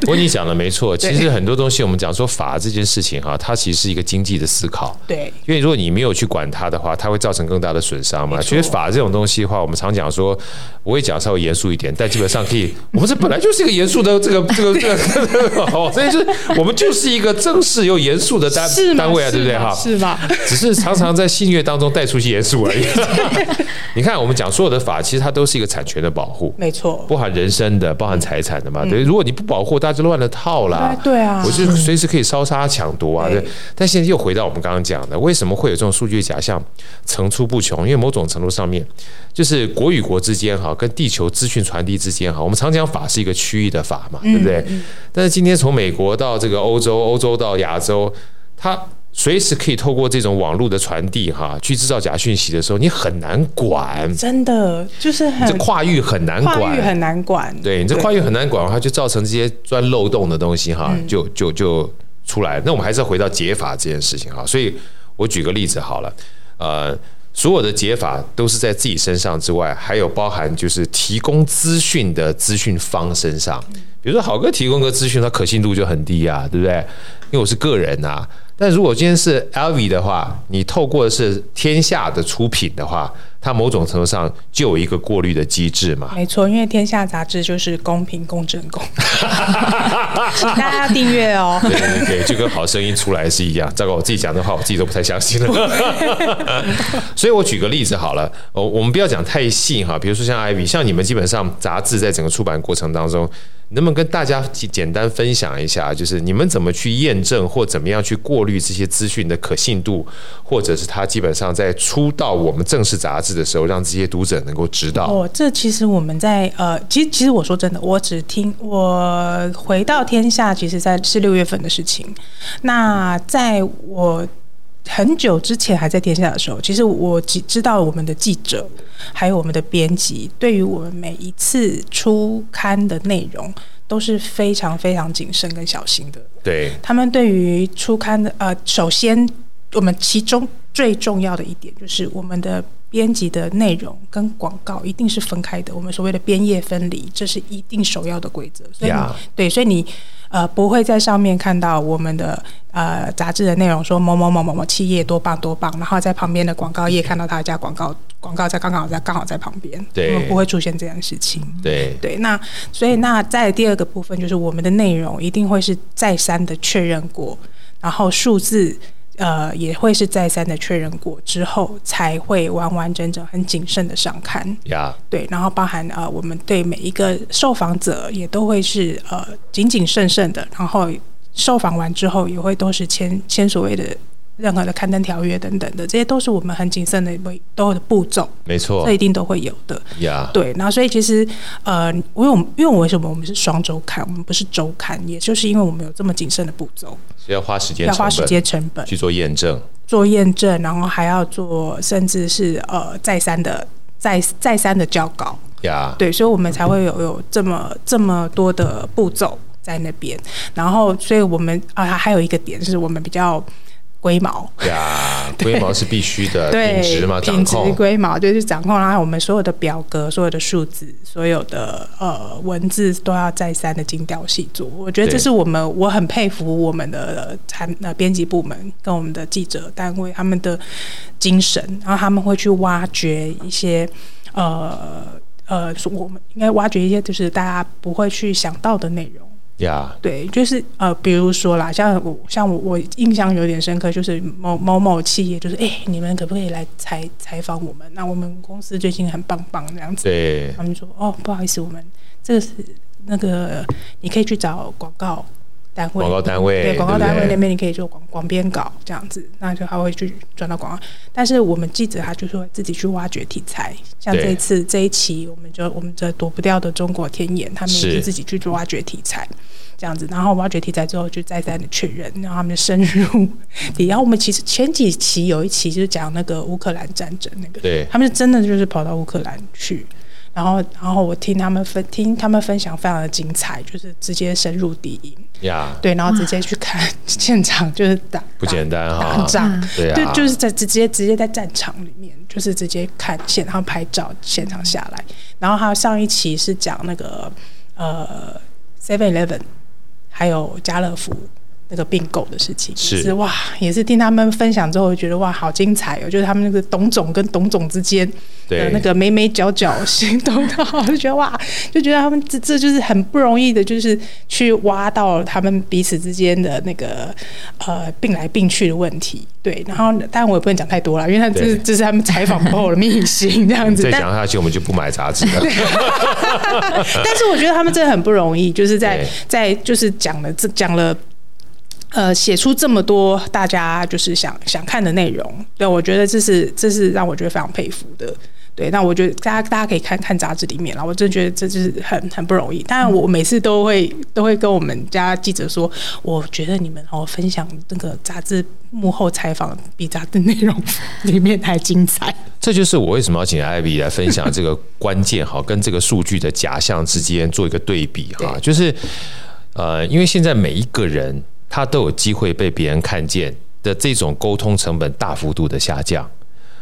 不过你讲的没错，
对
其实很多东西我们讲说法这件事情哈、它其实是一个经济的思考。
对，
因为如果你没有去管它的话，它会造成更大的损伤嘛。
没错
其实法这种东西的话，我们常讲说，我会讲稍微严肃一点，但基本上可以，我们这本来就是一个严肃的这个这个这个，这
*laughs*
个哦，所以是我们就是一个正式又严肃的单
是吗
单位啊，
是
对不对
吗
哈？
是吧？
只是常常在戏谑当中带出些严肃而
*laughs*
已。你看，我们讲所有的法，其实它都是一个产权的保护。
没错，
包含人身的，包含财产的嘛。对，如果你不保护，大家就乱了套啦。
嗯对对啊
我就随时可以烧杀抢夺啊。
对
对，但现在又回到我们刚刚讲的，为什么会有这种数据假象层出不穷？因为某种程度上面，就是国与国之间哈，跟地球资讯传递之间哈，我们常讲法是一个区域的法嘛，
嗯
对不对？但是今天从美国到这个欧洲，欧洲到亚洲，它。随时可以透过这种网络的传递，哈，去制造假讯息的时候，你很难管，
真的就是
嗯你这
很
跨域很难管，
跨域很难管。
对你这跨越很难管的话，就造成这些钻漏洞的东西哈，就就就出来。那我们还是要回到解法这件事情哈。所以我举个例子好了，呃，所有的解法都是在自己身上之外，还有包含就是提供资讯的资讯方身上。比如说好哥提供个资讯，它可信度就很低啊，对不对？因为我是个人啊呐、但如果今天是 LV 的话，你透过的是天下的出品的话，它某种程度上就有一个过滤的机制嘛。
没错，因为《天下》杂志就是公平、公正、公
*laughs*
平，大家要订阅哦。
对对对，就跟好声音出来是一样。糟糕，我自己讲的话，我自己都不太相信了。
*laughs*
所以我举个例子好了，呃，我们不要讲太细哈，比如说像 Ivy，像你们基本上杂志在整个出版过程当中，能不能跟大家简简单分享一下，就是你们怎么去验证或怎么样去过滤这些资讯的可信度，或者是它基本上在出到我们正式杂志的时候，让这些读者能够知道。
哦，这其实我们在呃，其实其实我说真的，我只听我回到天下，其实在是六月份的事情。那在我很久之前还在天下的时候，其实我只知道我们的记者还有我们的编辑，对于我们每一次出刊的内容都是非常非常谨慎跟小心的。
对，
他们对于初刊的呃，首先我们其中最重要的一点就是我们的编辑的内容跟广告一定是分开的，我们所谓的编页分离，这是一定首要的规则。所以你
Yeah
对，所以你呃不会在上面看到我们的呃杂志的内容说某某某某某企业多棒多棒，然后在旁边的广告页看到他家广告广告在刚好在刚好在旁边，
对
我们不会出现这样的事情。
对，
对，那所以那在第二个部分就是我们的内容一定会是再三的确认过，然后数字呃也会是再三的确认过之后才会完完整整很谨慎的上刊。
呀，
对，然后包含呃我们对每一个受访者也都会是呃谨谨慎慎的，然后受访完之后也会都是签签所谓的。任何的刊登条约等等的，这些都是我们很谨慎的每都的步骤，
没错
这，一定都会有的。
呀，
对，然后所以其实呃，因为我们因为我为什么我们是双周刊，我们不是周刊，也就是因为我们有这么谨慎的步骤，
是要花时间
要
成
花时
本
间成本
去做验证。
做验证，然后还要做甚至是呃再三的再再三的校稿，
呀，
对，所以我们才会有有这么这么多的步骤在那边，然后所以我们啊、还有一个点是我们比较龟毛，
*laughs* 呀，龟毛是必须的，
对
品质嘛，掌
品质
控。
龟毛就是掌控，然后我们所有的表格、所有的数字、所有的呃文字都要再三的精雕细琢。我觉得这
对
是我们我很佩服我们的呃产呃编辑部门跟我们的记者单位他们的精神，然后他们会去挖掘一些呃呃，说我们应该挖掘一些就是大家不会去想到的内容。
呀，
对，就是呃，比如说啦，像我像我我印象有点深刻，就是某某某企业，就是哎、诶你们可不可以来采采访我们？那我们公司最近很棒棒这样子。
对
他们说哦，不好意思，我们这个是那个你可以去找广告单位，
广告单位
对广告
对不
单位
对
那边你可以做广广编稿这样子，那就他会去转到广告。但是我们记者他就是会自己去挖掘题材，像
对
这一次这一期，我们就我们这躲不掉的中国天眼，他们
是
也是自己去做挖掘题材。这样子，然后挖掘题材之后，就再三的确认，然后他们就深入底。然后我们其实前几期有一期就是讲那个乌克兰战争那个，
对
他们是真的就是跑到乌克兰去，然后然后我听他们分听他们分享非常的精彩，就是直接深入敌营，
呀，
对，然后直接去看 *laughs* 现场就是打
不简单
打打
哈。
仗，
对啊，
对，就是在直接直接在战场里面，就是直接看现场拍照，现场下来。然后还有上一期是讲那个呃 Seven Eleven，还有家乐福那个并购的事情，
是
也哇，也是听他们分享之后，我觉得哇，好精彩哦！就是他们那个董总跟董总之间的
对
那个眉眉角 *laughs* 角行动到，我就觉得哇，就觉得他们这这就是很不容易的，就是去挖到他们彼此之间的那个呃并来并去的问题。对，然后但我也不能讲太多了，因为他这是
对嗯
这是他们采访后的秘辛这样
你
子。
再
但
讲下去，我们就不买杂志
*laughs*
了。
但是我觉得他们真的很不容易，就是在
对
在就是讲了这讲了。呃，写出这么多大家就是想想看的内容，对我觉得这是这是让我觉得非常佩服的。对，那我觉得大家大家可以看看杂志里面啦，我真的觉得这就是很很不容易。当然，我每次都会都会跟我们家记者说，我觉得你们哦分享那个杂志幕后采访比杂志内容 *laughs* 里面还精彩。
这就是我为什么要请艾比来分享这个关键哈，跟这个数据的假象之间做一个对比哈，就是呃，因为现在每一个人他都有机会被别人看见的这种沟通成本大幅度的下降，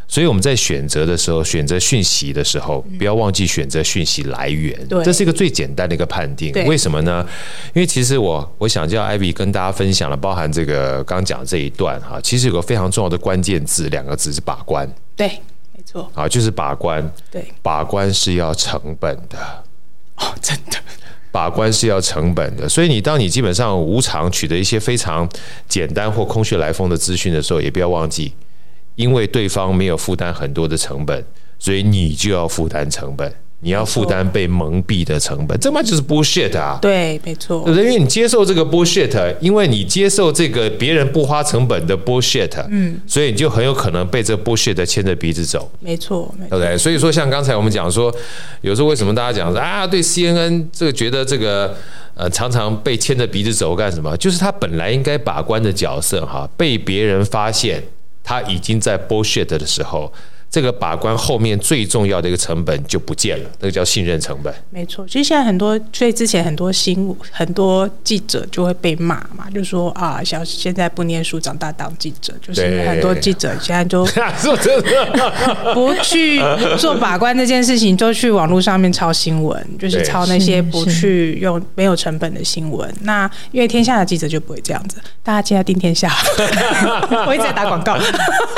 所以我们在选择的时候，选择讯息的时候，不要忘记选择讯息来源，
嗯对
这是一个最简单的一个判定
对。
为什么呢？因为其实我我想叫艾比跟大家分享了，包含这个刚讲这一段哈，其实有个非常重要的关键字，两个字是把关。
对，没错，
啊，就是把关，
对，
把关是要成本的，
哦，真的，
把关是要成本的。所以你当你基本上无偿取得一些非常简单或空穴来风的资讯的时候，也不要忘记，因为对方没有负担很多的成本，所以你就要负担成本，你要负担被蒙蔽的成本，这嘛就是 bullshit 啊！
对，没错
对不，对？因为你接受这个 bullshit，因为你接受这个别人不花成本的 bullshit，嗯，所以你就很有可能被这 bullshit 牵着鼻子走，
没错，没
对
错，
不对？所以说，像刚才我们讲说，有时候为什么大家讲说啊，对 CNN 这个觉得这个呃常常被牵着鼻子走干什么？就是他本来应该把关的角色哈，被别人发现他已经在 bullshit 的时候。这个把关后面最重要的一个成本就不见了，那个叫信任成本。
没错。其实现在很多，所以之前很多新很多记者就会被骂嘛，就说啊，小现在不念书，长大当记者，就是因为
对
很多记者现在就
说真的，
不
*laughs*
去做把关这件事情，就去网络上面抄新闻，就是
对
抄那些
是
不
是
去用没有成本的新闻。那因为天下的记者就不会这样子，大家现在盯天
*laughs*
下，我一直在打广告。
*laughs*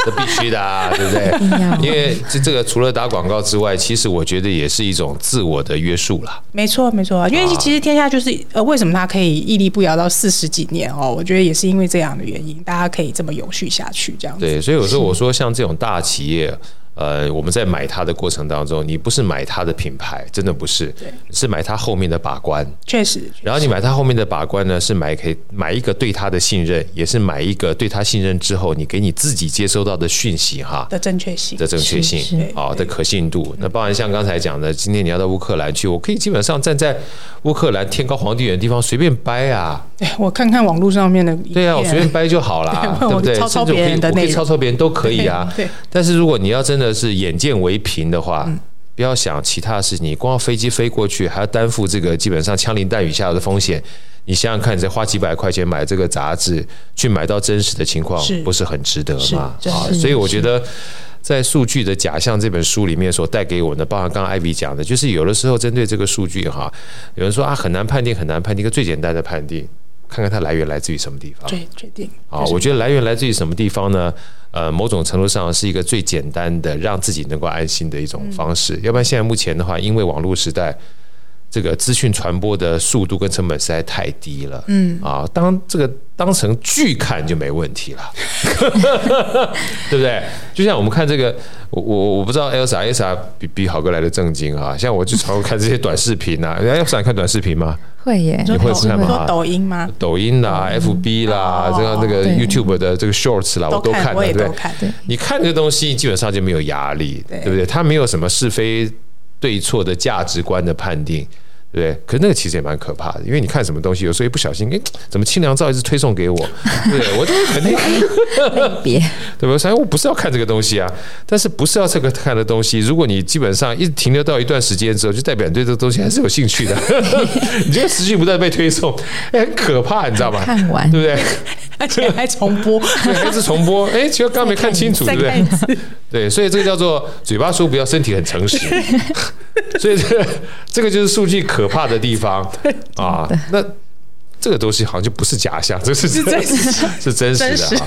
这必须的啊，对不对？
一定要
*laughs* 因为这这个除了打广告之外，其实我觉得也是一种自我的约束啦。
没错，没
啊
错，因为其实天下就是呃，为什么它可以屹立不摇到四十几年哦？我觉得也是因为这样的原因，大家可以这么永续下去，这样子。
对，所以有时候我说像这种大企业。呃，我们在买它的过程当中，你不是买它的品牌，真的不是，是买它后面的把关。
确实，
然后你买它后面的把关呢，是买可以买一个对它的信任，也是买一个对它信任之后，你给你自己接收到的讯息哈，
的正确性
的正确性
是
是
啊、的可信度。那包含像刚才讲的，今天你要到乌克兰去，我可以基本上站在乌克兰天高皇帝远的地方随便掰啊，
对我看看网络上面的影
对啊，我
片
随便掰就好啦，
*laughs* 对
对不对？
我
甚
抄
至我可
别人
以
的
我可
内
以
容
抄抄别人都可以啊。
*laughs* 对，
但是如果你要真的是眼见为凭的话，
嗯
不要想其他的事情，你光飞机飞过去还要担负这个基本上枪林弹雨下的风险。你想想看，你再花几百块钱买这个杂志，去买到真实的情况
是，
不是很值得
是
吗？
真
啊，
是
所以我
是
觉得。在《数据的假象》这本书里面所带给我们的，包含刚刚艾比讲的，就是有的时候针对这个数据哈，有人说啊很难判定，很难判定，一个最简单的判定，看看它来源来自于什么地 *laughs* 方。
对确定
啊，
就是
我觉得来源来自于什么地方呢？呃，某种程度上是一个最简单的让自己能够安心的一种方式。要不然现在目前的话，因为网络时代，这个资讯传播的速度跟成本实在太低了。嗯，啊，当这个当成剧看就没问题了， *laughs* 对不对？就像我们看这个，我我我不知道 Elsa Elsa 比比好哥来的正经啊。像我就常常看这些短视频啊，人家 Elsa 你看短视频吗？
会耶，
你会
你
是干嘛
说抖音吗？
抖音啦、FB 啦，
哦
这个那个
对
YouTube 的这个 Shorts 啦，我都看
看，
了，
我
对
也
不对
都？看。 *laughs*
对
你看这个东西，基本上就没有压力，
对
对不对？它没有什么是非对错的价值观的判定，对不对？可是那个其实也蛮可怕的，因为你看什么东西，有时候一不小心，哎，怎么清凉照一直推送
*laughs*
给我，对不对？我这个肯定，
别
对吧？所以我不是要看这个东西啊，但是不是要这个看的东西，如果你基本上一停留到一段时间之后，就代表你对这个东西还是有兴趣的， *laughs* 你这个持续不断地被推送，哎，很可怕，你知道吗？
看完
对不对？
而且还重播，
对，还是重播，哎，其实刚刚没看 *laughs* 清
*laughs*
楚，对
再
不对
看一？次。
对，所以这个叫做嘴巴说不要，身体很
*laughs*
诚实。所以这个这个就是数据可怕的地方啊。那这个东西好像就不是假象，这是
是真
*laughs*
实，
是真实的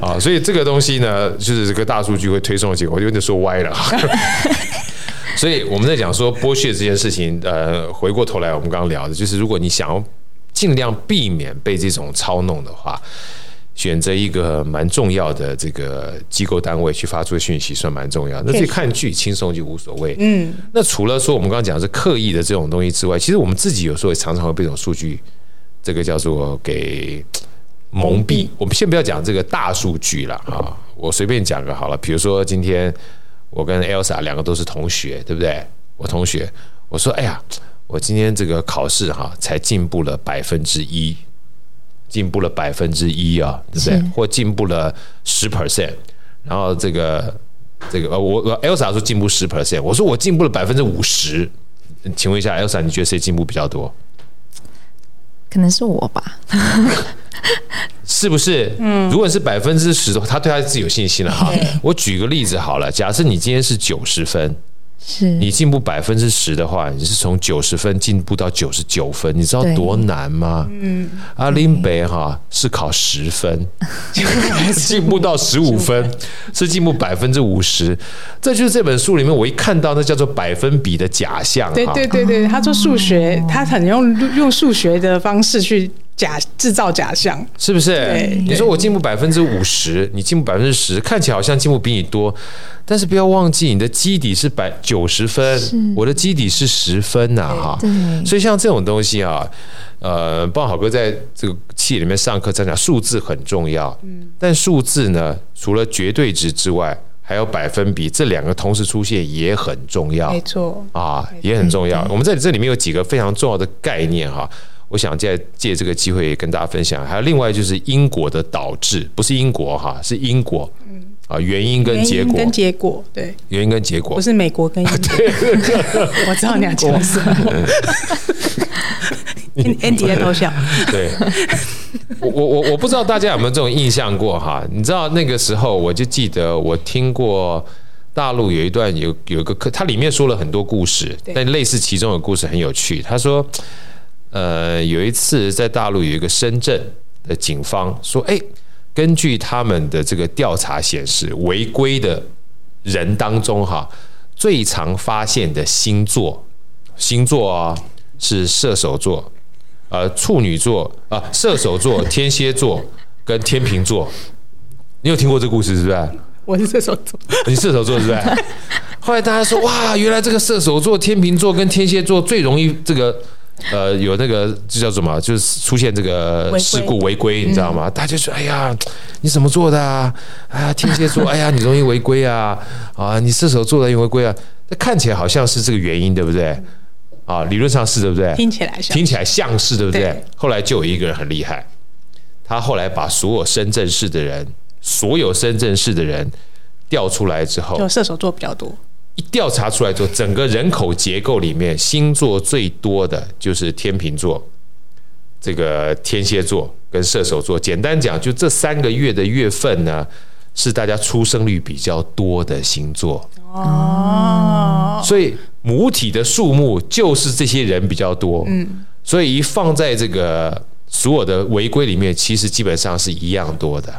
啊啊。所以这个东西呢，就是这个大数据会推送的结果，我有点说歪了。 *laughs* 所以我们在讲说剥削这件事情，呃，回过头来我们刚刚聊的，就是如果你想要尽量避免被这种操弄的话，选择一个蛮重要的这个机构单位去发出讯息，算蛮重要的。那自己看剧轻松就无所谓。嗯，那除了说我们刚刚讲的是刻意的这种东西之外，其实我们自己有时候也常常会被这种数据，这个叫做给蒙蔽。我们先不要讲这个大数据了啊，我随便讲个好了，比如说今天我跟 Elsa 两个都是同学，对不对？我同学，我说，哎呀，我今天这个考试哈、才进步了百分之一，进步了百分之一啊，对不对
是？
或进步了十 percent，然后这个这个呃，我我 Elsa 说进步十 percent，我说我进步了百分之五十。请问一下，Elsa，你觉得谁进步比较多？
可能是我吧，
是不是？嗯，如果是百分之十的话，他对他自己有信心了哈。我举个例子好了，假设你今天是九十分，
是
你进步百分之十的话，你是从九十分进步到九十九分，你知道
对
多难吗？嗯，阿林北哈是考十分，进步到十五分，是进步百分之五十。这就是这本书里面我一看到那叫做百分比的假象
对
哈。
对对对，他说数学，
哦
他很用用数学的方式去假制造假象，
是不是
对？
你说我进步百分之五十，你进步百分之十，看起来好像进步比你多，但是不要忘记你的基底是百九十分，我的基底是十分呐、哈。
对
所以像这种东西啊，呃，棒好哥在这个企业里面上课常讲，数字很重要，但数字呢，除了绝对值之外，还有百分比，这两个同时出现也很重要
没。错，
啊，也很重要。我们在这里面有几个非常重要的概念哈、我想借借这个机会跟大家分享。还有另外就是因果的导致，不是因果哈、是因果啊，原因跟
嗯原因
结果，
跟结果，对，
原因跟结果
不。是美国跟英国， *laughs* 我知道你要讲什么
*laughs*
，Andy 在偷笑，
*laughs* 对，我我我我不知道大家有没有这种印象过哈？你知道那个时候，我就记得我听过大陆有一段有有一个课，它里面说了很多故事，
对
但类似其中的故事很有趣。他说，呃，有一次在大陆有一个深圳的警方说，哎，根据他们的这个调查显示，违规的人当中哈，最常发现的星座，星座啊、是射手座，呃，处女座啊、射手座、天蝎座跟天秤座。你有听过这故事是不是？
我是射手座，
你射手座是不是？啊后来大家说哇，原来这个射手座、天秤座跟天蝎座最容易这个呃有那个这叫什么？就是出现这
违
个
规嗯
事故违规，你知道吗？大家说哎呀，你怎么做的啊？啊，天蝎座，哎呀，你容易违规啊啊，你射手座的容易违规啊。那看起来好像是这个原因，对不对？啊，理论上是对不对？
听起来像
听起来像是对不对？
对
后来就有一个人很厉害，他后来把所有深圳市的人，所有深圳市的人调出来之后
就，射手座比较多，
一调查出来之后，整个人口结构里面，星座最多的就是天秤座、这个天蝎座跟射手座。简单讲，就这三个月的月份呢，是大家出生率比较多的星座。
哦，
所以母体的数目就是这些人比较多，嗯，所以一放在这个所有的违规里面，其实基本上是一样多的。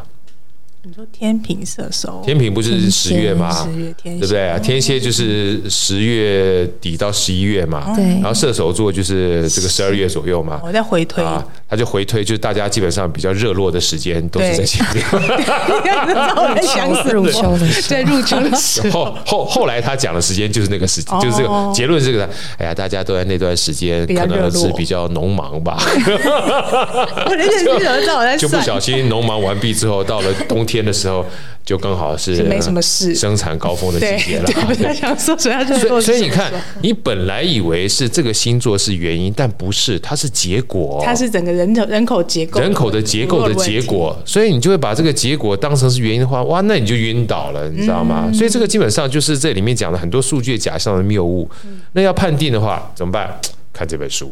你说天平射手，
天平不是
天蝎
十月吗？
十月天
对
蝎
不对啊？天蝎就是十月底到十一月
哦
嘛，
对
然后射手座就是这个十二月左右嘛。
我在回哦推， *laughs*
啊，他就回推，就是大家基本上比较热络的时间都是
对
这些地
*laughs*
方。
我在想死
入
我
秋的时
在入秋的时候，
后后后来他讲的时间就是那个时，
哦
就是这个结论是这个。哎呀，大家都在那段时间
比较
可能是
热络
比较农忙
*laughs*
吧， *laughs*
我在想是知道我在
就不
算，
小心农忙完毕之后，到了冬天的时候，就刚好
*laughs*
是
没什么事
生产高峰的
对
季节了。
对，我在想说谁要
*laughs*
热
所
络 *laughs*
以，
是
所以
什
你
么
看，你本来以为是这个星座是原因，但不是，它是结果。
它是整个人口人口结构
人口的结构的结果，所以你就会把这个结果当成是原因的话，哇，那你就晕倒了，你知道
嗯
吗？所以这个基本上就是这里面讲的很多数据假象的谬误。
嗯
那要判定的话，怎么办？看这本书，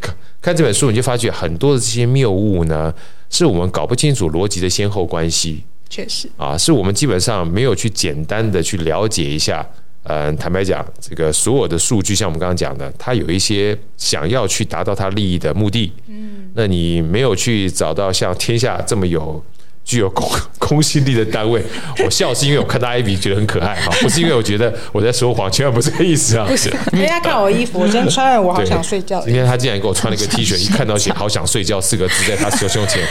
看看这本书，你就发觉很多的这些谬误呢，是我们搞不清楚逻辑的先后关系。
确实
啊，是我们基本上没有去简单的去了解一下。呃，坦白讲，这个所有的数据，像我们刚刚讲的，它有一些想要去达到它利益的目的。嗯，那你没有去找到像天下这么有具有公公信力的
*laughs*
单位，我笑是因为我看到艾比觉得很可爱哈，不是因为我觉得我在说谎，千万不是
*laughs*
这个意思啊。不是，
人
哎
家看我衣服，我今天穿了，我好
对
想睡觉。
今
*laughs*
天他竟然给我穿了一个 T 恤，一看
*laughs*
到写“好想睡觉”四个字在他胸胸前，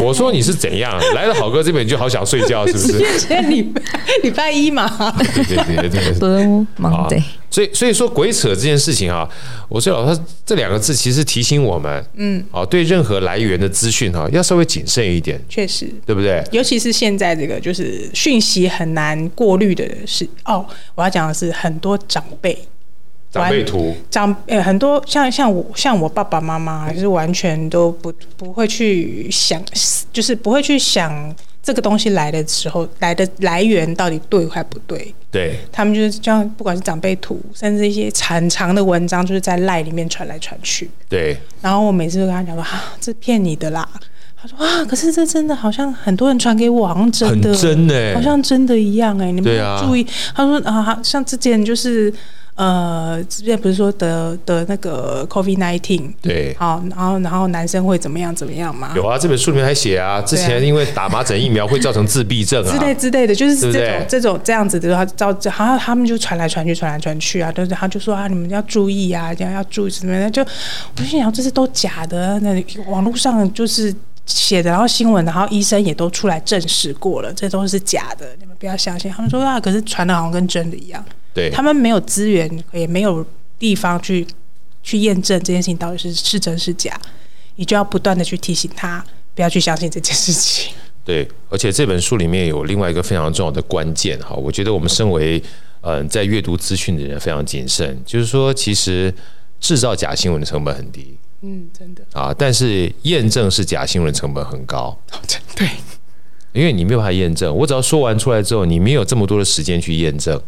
我说你是怎样来了好哥这边你就好想睡觉是
*laughs*
不是？
今天礼拜礼拜一嘛，
对对对对对。
，Blue
嗯
啊
Monday，
所以所以说鬼扯这件事情啊，我说老师这两个字其实提醒我们，嗯，哦，对任何来源的资讯哈、要稍微谨慎一点，
确实。
对不对？
尤其是现在这个就是讯息很难过滤的是哦，我要讲的是很多长辈
长辈图，
长呃很多像像我像我爸爸妈妈就是完全都不不会去想，就是不会去想这个东西来的时候来的来源到底对还不对。
对
他们就是这样，不管是长辈图，甚至一些很长的文章，就是在赖里面传来传去。
对，
然后我每次都跟他讲说啊，这骗你的啦。他说啊，可是这真的好像很多人传给我，好像真
很
的，
真哎、
好像真的一样哎、你们
对
要
啊
注意。他说啊，像之前就是呃，之前不是说得得那个 COVID nineteen，
对。
好，然后然后男生会怎么样怎么样嘛？
有啊，这本书里面还写啊，之前因为打麻疹疫苗会造成自闭症啊
之，类之类的，就
对
是
不
这
对
种这种这样子的，他照好像他们就传来传去，传来传去啊，都是他就说啊，你们要注意啊，这样要注意什么的，就我就心想这是都假的，那你网络上就是写的，然后新闻，然后医生也都出来证实过了，这都是假的，你们不要相信。他们说啊，可是传的好像跟真的一样，
对，
他们没有资源，也没有地方去去验证这件事情到底是是真是假，你就要不断的去提醒他不要去相信这件事情。
对，而且这本书里面有另外一个非常重要的关键哈，我觉得我们身为嗯、呃在阅读资讯的人非常谨慎，就是说其实制造假新闻的成本很低
嗯，真的。
啊，但是验证是假新闻的成本很高，
对，
因为你没有办法验证。我只要说完出来之后，你没有这么多的时间去验证。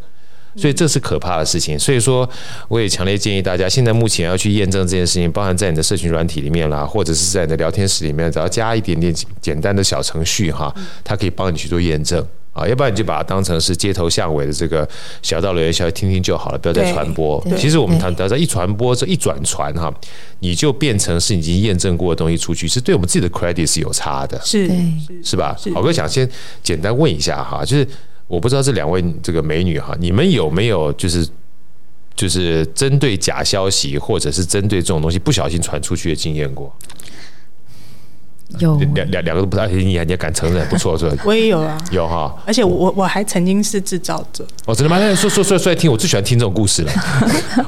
所以这是可怕的事情，所以说我也强烈建议大家，现在目前要去验证这件事情，包含在你的社群软体里面啦，或者是在你的聊天室里面，只要加一点点简简单的小程序哈，它可以帮你去做验证啊，要不然你就把它当成是街头巷尾的这个小道留言小听听就好了，不要再
对
传播。
对
其实我们
对
谈到这一传播，这一转传哈，你就变成是已经验证过的东西出去，是对我们自己的 credit 是有差的。
是
对
是
是吧
是？
好哥想先简单问一下哈，就是我不知道这两位这个美女哈，你们有没有就是就是针对假消息或者是针对这种东西不小心传出去的经验过？
有
两两两个都不太，哎你还你还敢承认，不错， *laughs* 是吧？
*laughs* 我也有啊，
有哈，
而且我我我还曾经是制造者，
哦，真的吗？那说说说说来听，我最喜欢听这种故事
*laughs*
了。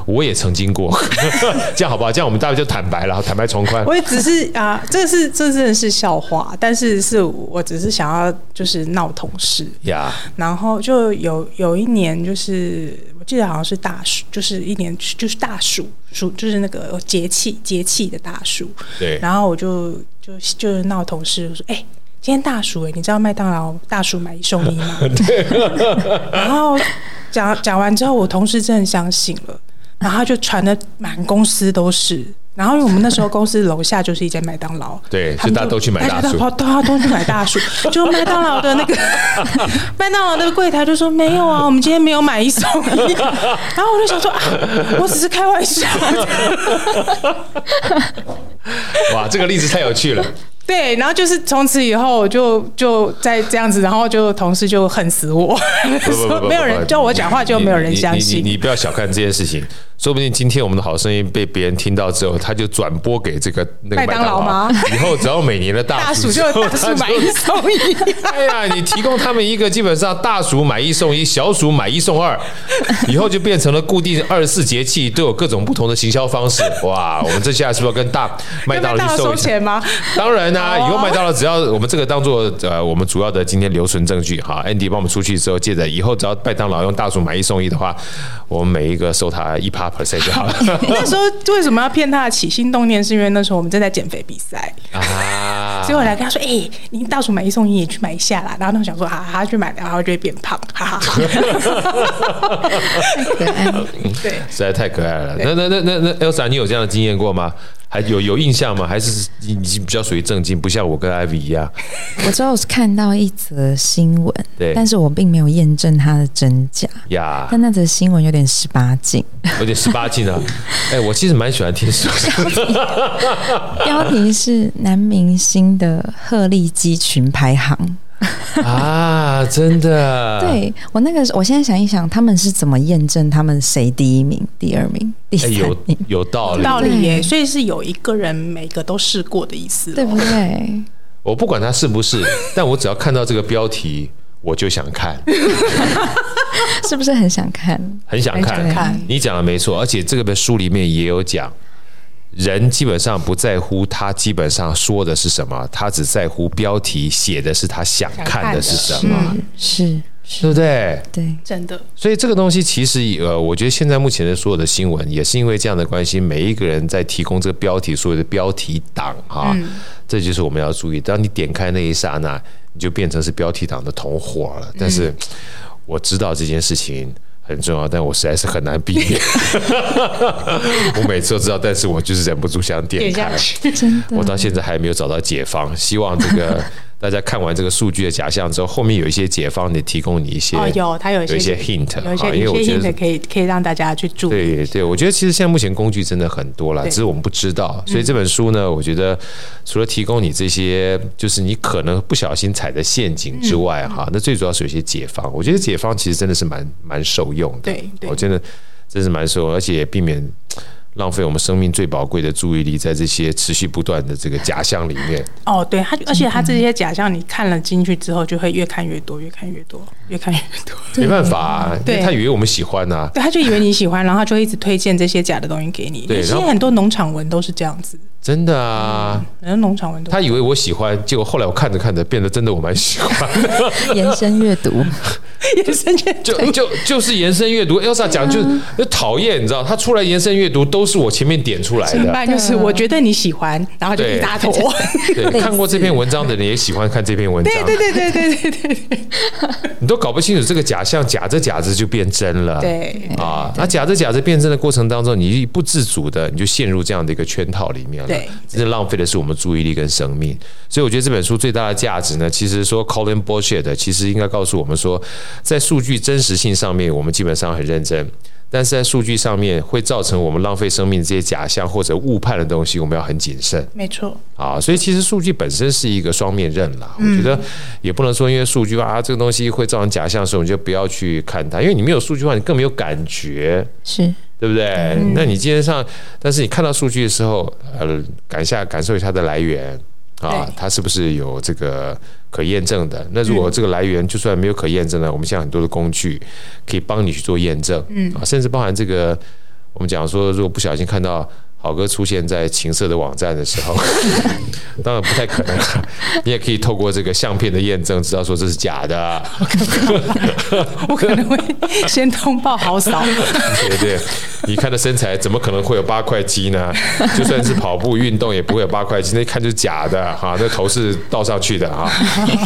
我也曾经过， *laughs* 这样好不好？这样我们大家就坦白了，坦白从宽。
我也只是 *laughs* 啊，这是这真的是笑话，但是是我只是想要就是闹同事，
呀，
然后就有有一年就是我记得好像是大暑，就是一年就是大暑暑就是那个节气节气的大暑，
对，
然后我就就就是闹同事我说，哎、今天大暑哎、你知道麦当劳大暑买一送一吗？ *laughs* 然后讲讲完之后，我同事真的相信了，然后他就传的满公司都是。然后因为我们那时候公司楼下就是一间麦当劳，
对
他
所以
们
大家都去买大薯
家都大家都去买
*laughs*
大薯，就麦当劳的那个麦当劳的柜台就说没有啊，我们今天没有买一送一。然后我就想说啊，我只是开玩笑。
哇，这个例子太有趣了。
对，然后就是从此以后，我就就在这样子，然后就同事就恨死我，
不不不不
*laughs* 说没有人
不
叫我讲话，
你
就没有人
你
相
你你你
信。
你不要小看这件事情，说不定今天我们的好声音被别人听到之后，他就转播给这个那个
麦当劳吗
以后只要每年的大
大
暑
暑
之
*laughs* 就
后
大暑买一送一，
哎呀，你提供他们一个基本上大暑买一送一，小暑买一送二，以后就变成了固定二十四节气都有各种不同的行销方
*laughs*
式。哇，我们这下是不是要跟大麦
跟
当
麦
劳
当
去
劳
收
收
一下？
钱吗？
*laughs* 当然啦、
好啊
以后麦当劳只要我们这个当做呃我们主要的今天留存证据哈，Andy 帮我们出去之后，借着以后只要麦当劳用大薯买一送一的话，我们每一个收他一趴 percent 就好
*laughs*
了
*laughs* 那时候为什么要骗他的起心动念？是因为那时候我们正在减肥比赛，
啊
所以我来跟他说：“哎、你大暑买一送一，也去买一
*laughs*
下啦。”然后他想说：“啊，他去买，然后就会变胖，哈哈。
可爱，
对，
实在太可爱了。那那那那那 Elsa，你有这样的经验过吗？还有有印象吗？还是你你比较属于正经，不像我跟 Ivy 一样？
我只有看到一则新闻，
对
但是我并没有验证它的真假。
呀，
但那则新闻有点十八
*laughs*
禁，
有点十八禁啊！哎，我其实蛮喜欢听说，
标题是男明星的鹤立鸡群排行。 *laughs*
啊，真的，，
对我那个时候，我现在想一想，他们是怎么验证他们谁第一名、第二名、第
哎，
三
有
名，
有道理，
道理耶、
对
所以是有一个人每个都试过的意思咯。哦
对不对？
我不管它是不是，但我只要看到这个标题，我就想看，
是不是很想看？
很想看。
很想
看
你讲的没错，而且这个本书里面也有讲，人基本上不在乎他基本上说的是什么，他只在乎标题写的是他想看的是什么，
嗯是
对
是，
不对？
对，
真的，
所以这个东西其实呃，我觉得现在目前的所有的新闻也是因为这样的关系，每一个人在提供这个标题所谓的标题党哈，
嗯
这就是我们要注意。当你点开那一刹那，你就变成是标题党的同伙了。但是
嗯
我知道这件事情。很重要，但我实在是很难避
*laughs*
免。 *laughs* 我每次都知道，但是我就是忍不住想点
点
开
下。去。
真
我
的
到现在还没有找到解方，希望这个 *laughs* 大家看完这个数据的假象之后，后面有一些解方得提供你一些
哦，有它有一
有
些
一些 hint，
有一些
啊因为我
有一些
觉
hint
得
可以可以让大家去注意。
对对，我觉得其实现在目前工具真的很多了，
对嗯
只是我们不知道。所以这本书呢，我觉得除了提供你这些，就是你可能不小心踩的陷阱
嗯
之外，哈，那最主要是有一些解方。我觉得解方其实真的是蛮蛮受用的，
对对
我真的真是蛮受用，而且也避免。浪费我们生命最宝贵的注意力在这些持续不断的这个假象里
*laughs*
面，
哦，对它，而且它这些假象你看了进去之后，就会越看越多，越看越多，越看越多。 *laughs*
没办法、啊，因为
对
他以为我们喜欢呐、啊。
对，他就以为你喜欢，然后他就一直推荐这些假的东西给你。
对然
现在
后
很多农场文都是这样子，
真的啊，
很多农场文都
他以为我喜欢，结果后来我看着看着变得真的我蛮喜欢，
延伸阅读，
也是这样。
就就就是延伸阅读。Elsa 讲就是
嗯
就讨厌，你知道，他出来延伸阅读都是我前面点出来
怎么 *laughs*
的。
办？就是我觉得你喜欢，然后就一大坨。
对，看过这篇文章的人也喜欢看这篇文章，
对对对对对对
*laughs* 你都搞不清楚这个假象，假着假着就变真了。
*laughs* 对
啊，那假着假着变真的过程当中，你不自主的你就陷入这样的一个圈套里面了，
对
真的浪费的是我们注意力跟生命。所以我觉得这本书最大的价值呢，其实说 Colin Bullshit，其实应该告诉我们说，在数据真实性上面，我们基本上很认真。但是在数据上面会造成我们浪费生命的这些假象或者误判的东西，我们要很谨慎。
没错。
啊，所以其实数据本身是一个双面刃啦。我觉得也不能说因为数据啊这个东西会造成假象的时候，你就不要去看它，因为你没有数据的话，你更没有感觉，
是
对不对？那你今天上，但是你看到数据的时候，呃，感下感受一下它的来源啊
对，
它是不是有这个可验证的？那如果这个来源就算没有可验证的，我们现在很多的工具可以帮你去做验证，嗯啊，甚至包含这个我们讲说，如果不小心看到。好哥出现在情色的网站的时候，当然不太可能了。你也可以透过这个相片的验证，知道说这是假的啊、
我可能会先通报 *laughs* 好嫂，
对对，你看的身材怎么可能会有八块肌呢？就算是跑步运动也不会有八块肌，那一看就是假的哈、那头是倒上去的哈、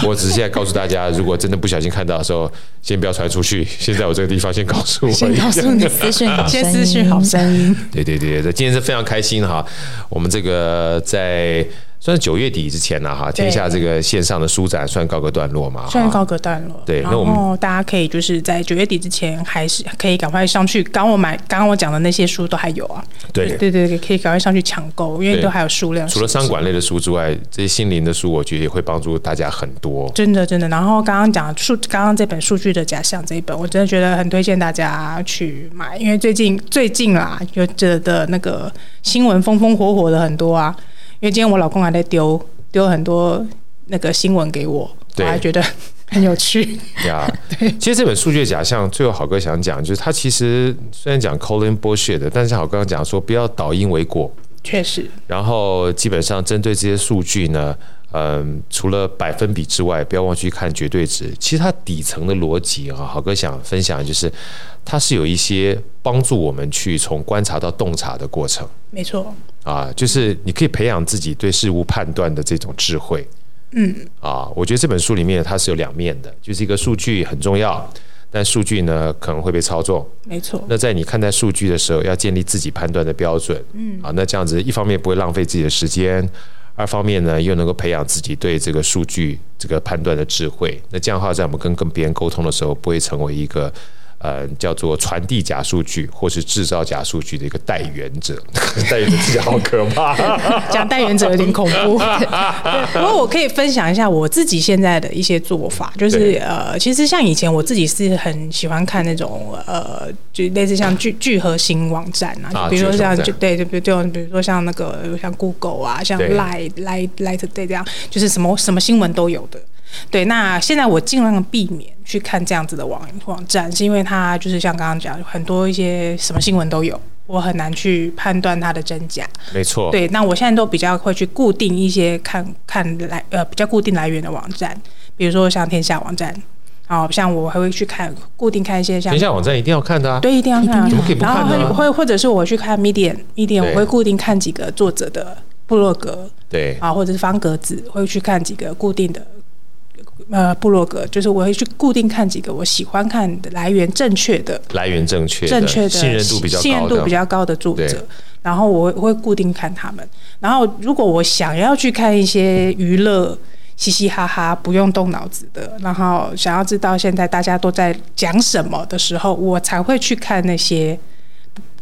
我只是现在告诉大家，如果真的不小心看到的时候，先不要传出去。现在我这个地方先告诉我
先
一下
告。诉你私讯好
先
声
私讯好
音
声音。
对对对，对今天是非常开心哈，我们这个在。算是九月底之前了哈，天下这个线上的书展算告个段落嘛，
算
哈
告个段落。
对
然
那我们
后大家可以就是在九月底之前，还是可以赶快上去。刚我买，刚刚我讲的那些书都还有啊。
对
对对对，可以赶快上去抢购，因为
对
都还有数量。
除了商管类的书之外，这些心灵的书，我觉得也会帮助大家很多。
真的真的，然后刚刚讲数，刚刚这本数据的假象这一本，我真的觉得很推荐大家去买，因为最近最近啦，有这的那个新闻风风火火的很多啊。因为今天我老公还在丢丢很多那个新闻给我，我
对
还觉得 *laughs* 很有趣。
呀、其实这本《数据的假象》，最后好哥想讲，就是他其实虽然讲 Colin bullshit 的，但是好哥刚讲说不要倒因为果，
确实，
然后基本上针对这些数据呢，嗯，除了百分比之外，不要忘记看绝对值。其实它底层的逻辑啊，好哥想分享的就是，它是有一些帮助我们去从观察到洞察的过程
没错，
啊，就是你可以培养自己对事物判断的这种智慧。
嗯，
啊，我觉得这本书里面它是有两面的，就是一个数据很重要，但数据呢可能会被操纵。
没错，
那在你看待数据的时候，要建立自己判断的标准，嗯，啊，那这样子一方面不会浪费自己的时间，二方面呢又能够培养自己对这个数据这个判断的智慧。那这样的话，在我们跟跟别人沟通的时候，不会成为一个。呃，叫做传递假数据或是制造假数据的一个代言者，代言者听起来好可怕。
*laughs* 讲代言者有点恐
*laughs*
怖。对，不过我可以分享一下我自己现在的一些做法，就是
对
呃，其实像以前我自己是很喜欢看那种呃，就类似像聚聚合型网站啊，
啊
就比如说
聚合型
像
网站
就对，就比如就比如说像那个像 Google 啊，像
对
Light Light Light Today 这样，就是什么什么新闻都有的。对，那现在我尽量避免去看这样子的网网站，是因为它就是像刚刚讲，很多一些什么新闻都有，我很难去判断它的真假。
没错，
对，那我现在都比较会去固定一些看看来呃比较固定来源的网站，比如说像天下网站，哦，像我还会去看固定看一些像
天。下网站一定要看的啊。
对，一定要看啊，
怎么可以不看
然后
呢
会会或者是我去看 Medium Medium，
对
我会固定看几个作者的部落格
对，
啊，或者是方格子，会去看几个固定的呃部落格，就是我会去固定看几个我喜欢看的来源正确的
来源正确的、
正确的
信任度比较高的、
信任度比较高的作
对
者，然后我会我会固定看他们。然后如果我想要去看一些娱乐嘻嘻哈哈、不用动脑子的，然后想要知道现在大家都在讲什么的时候，我才会去看那些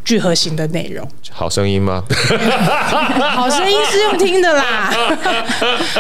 聚合型的内容。
好声音
*laughs*
吗？
好声音是用听的啦，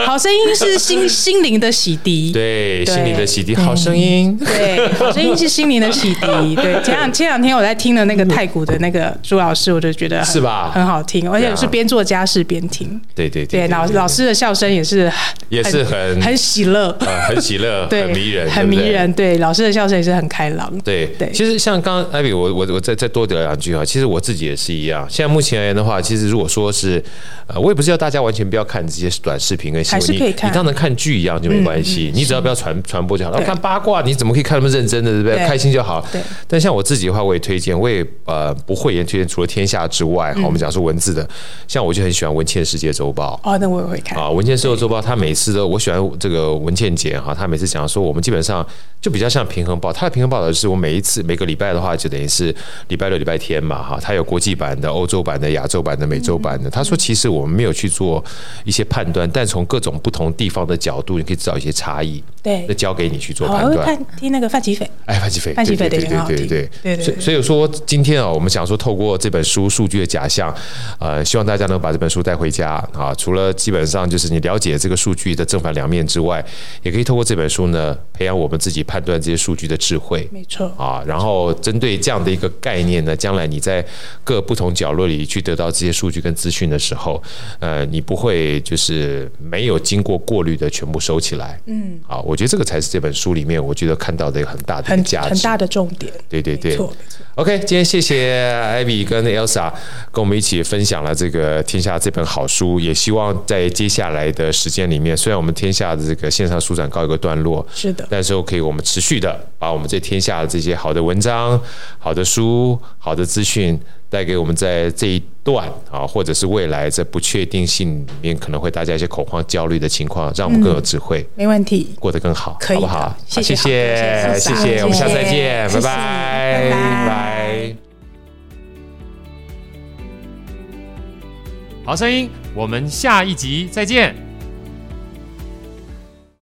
好声音是心心灵的洗涤。
对，
对
心里的洗涤，好声音。
对，好声音是心灵的洗
*laughs*
涤。对，前两前两天我在听的那个太古的那个朱老师，我就觉得很
是吧
很好听，而且是边做家事边听。
对对
对，老老师的笑声也是很
也是很
很
*laughs*
喜乐，
呃很喜
*laughs*
乐，
对，
很迷人，
很
对
迷
不对。
人。对，老师的笑声也是很开朗。
对
对
其实像刚刚艾比，我我我再再多聊两句啊。其实我自己也是一样。现在目前而言的话，其实如果说是，呃，我也不是要大家完全不要看这些短视频跟新
还是
闻，
可以
你
看嗯
你当然看剧一样就没关系，你只要不要传传播就好了。
对
看八卦你怎么可以看那么认真的，对不对？
对
开心就好。
对。
但像我自己的话，我也推荐，我也呃不讳言推荐，除了天下之外，
嗯
哈，我们讲说文字的，像我就很喜欢《文茜世界周报》。
哦，那我也会看。
啊，文茜社会周报，他每次都我喜欢这个文茜姐哈，她每次讲说我们基本上就比较像平衡报，她的平衡报道是我每一次每个礼拜的话，就等于是礼拜六、礼拜天嘛哈，她有国际版的、欧洲版的、亚洲版的、美洲版的。她说其实我们没有去做一些判断，但从各种不同地方的角度，你可以找一些差异，
对
那交给你去做
好，
判
我会
断。
看听那个范吉斐。
哎，范吉飞，
范吉
对
飞
对
的也很好
对对
听
对
对对
所以所以说今天啊，我们想说透过这本书《数据的假象》，呃，希望大家能把这本书带回家啊。除了基本上就是你了解这个数据的正反两面之外，也可以透过这本书呢，培养我们自己判断这些数据的智慧。
没错，
啊，然后针对这样的一个概念呢，将来你在各不同角落里去得到这些数据跟资讯的时候，呃，你不会就是没有经过过滤的全部收起来。嗯，啊，我觉得这个才是这本书里面我觉得看到的一个很大的一
很
个价值。
很大的重点。
对对对
没错，没错。
OK，今天谢谢 Ivy 跟 Elsa 跟我们一起分享了这个《天下》这本好书，也希望在接下来的时间里面，虽然我们《天下》的这个线上书展告一个段落，
是的
但是我可以我们持续的把我们这天下的这些好的文章、好的书、好的资讯带给我们在这一段啊，或者是未来在不确定性里面可能会大家一些恐慌、焦虑的情况，让我们更有智慧。
没问题。
过得更好，
可以
好不
的
好？
谢
好谢
谢
谢，
好
谢
谢谢
谢，我们下次再
谢谢
见，拜
谢谢
拜，
拜拜
拜。
好声音，我们下一集再见。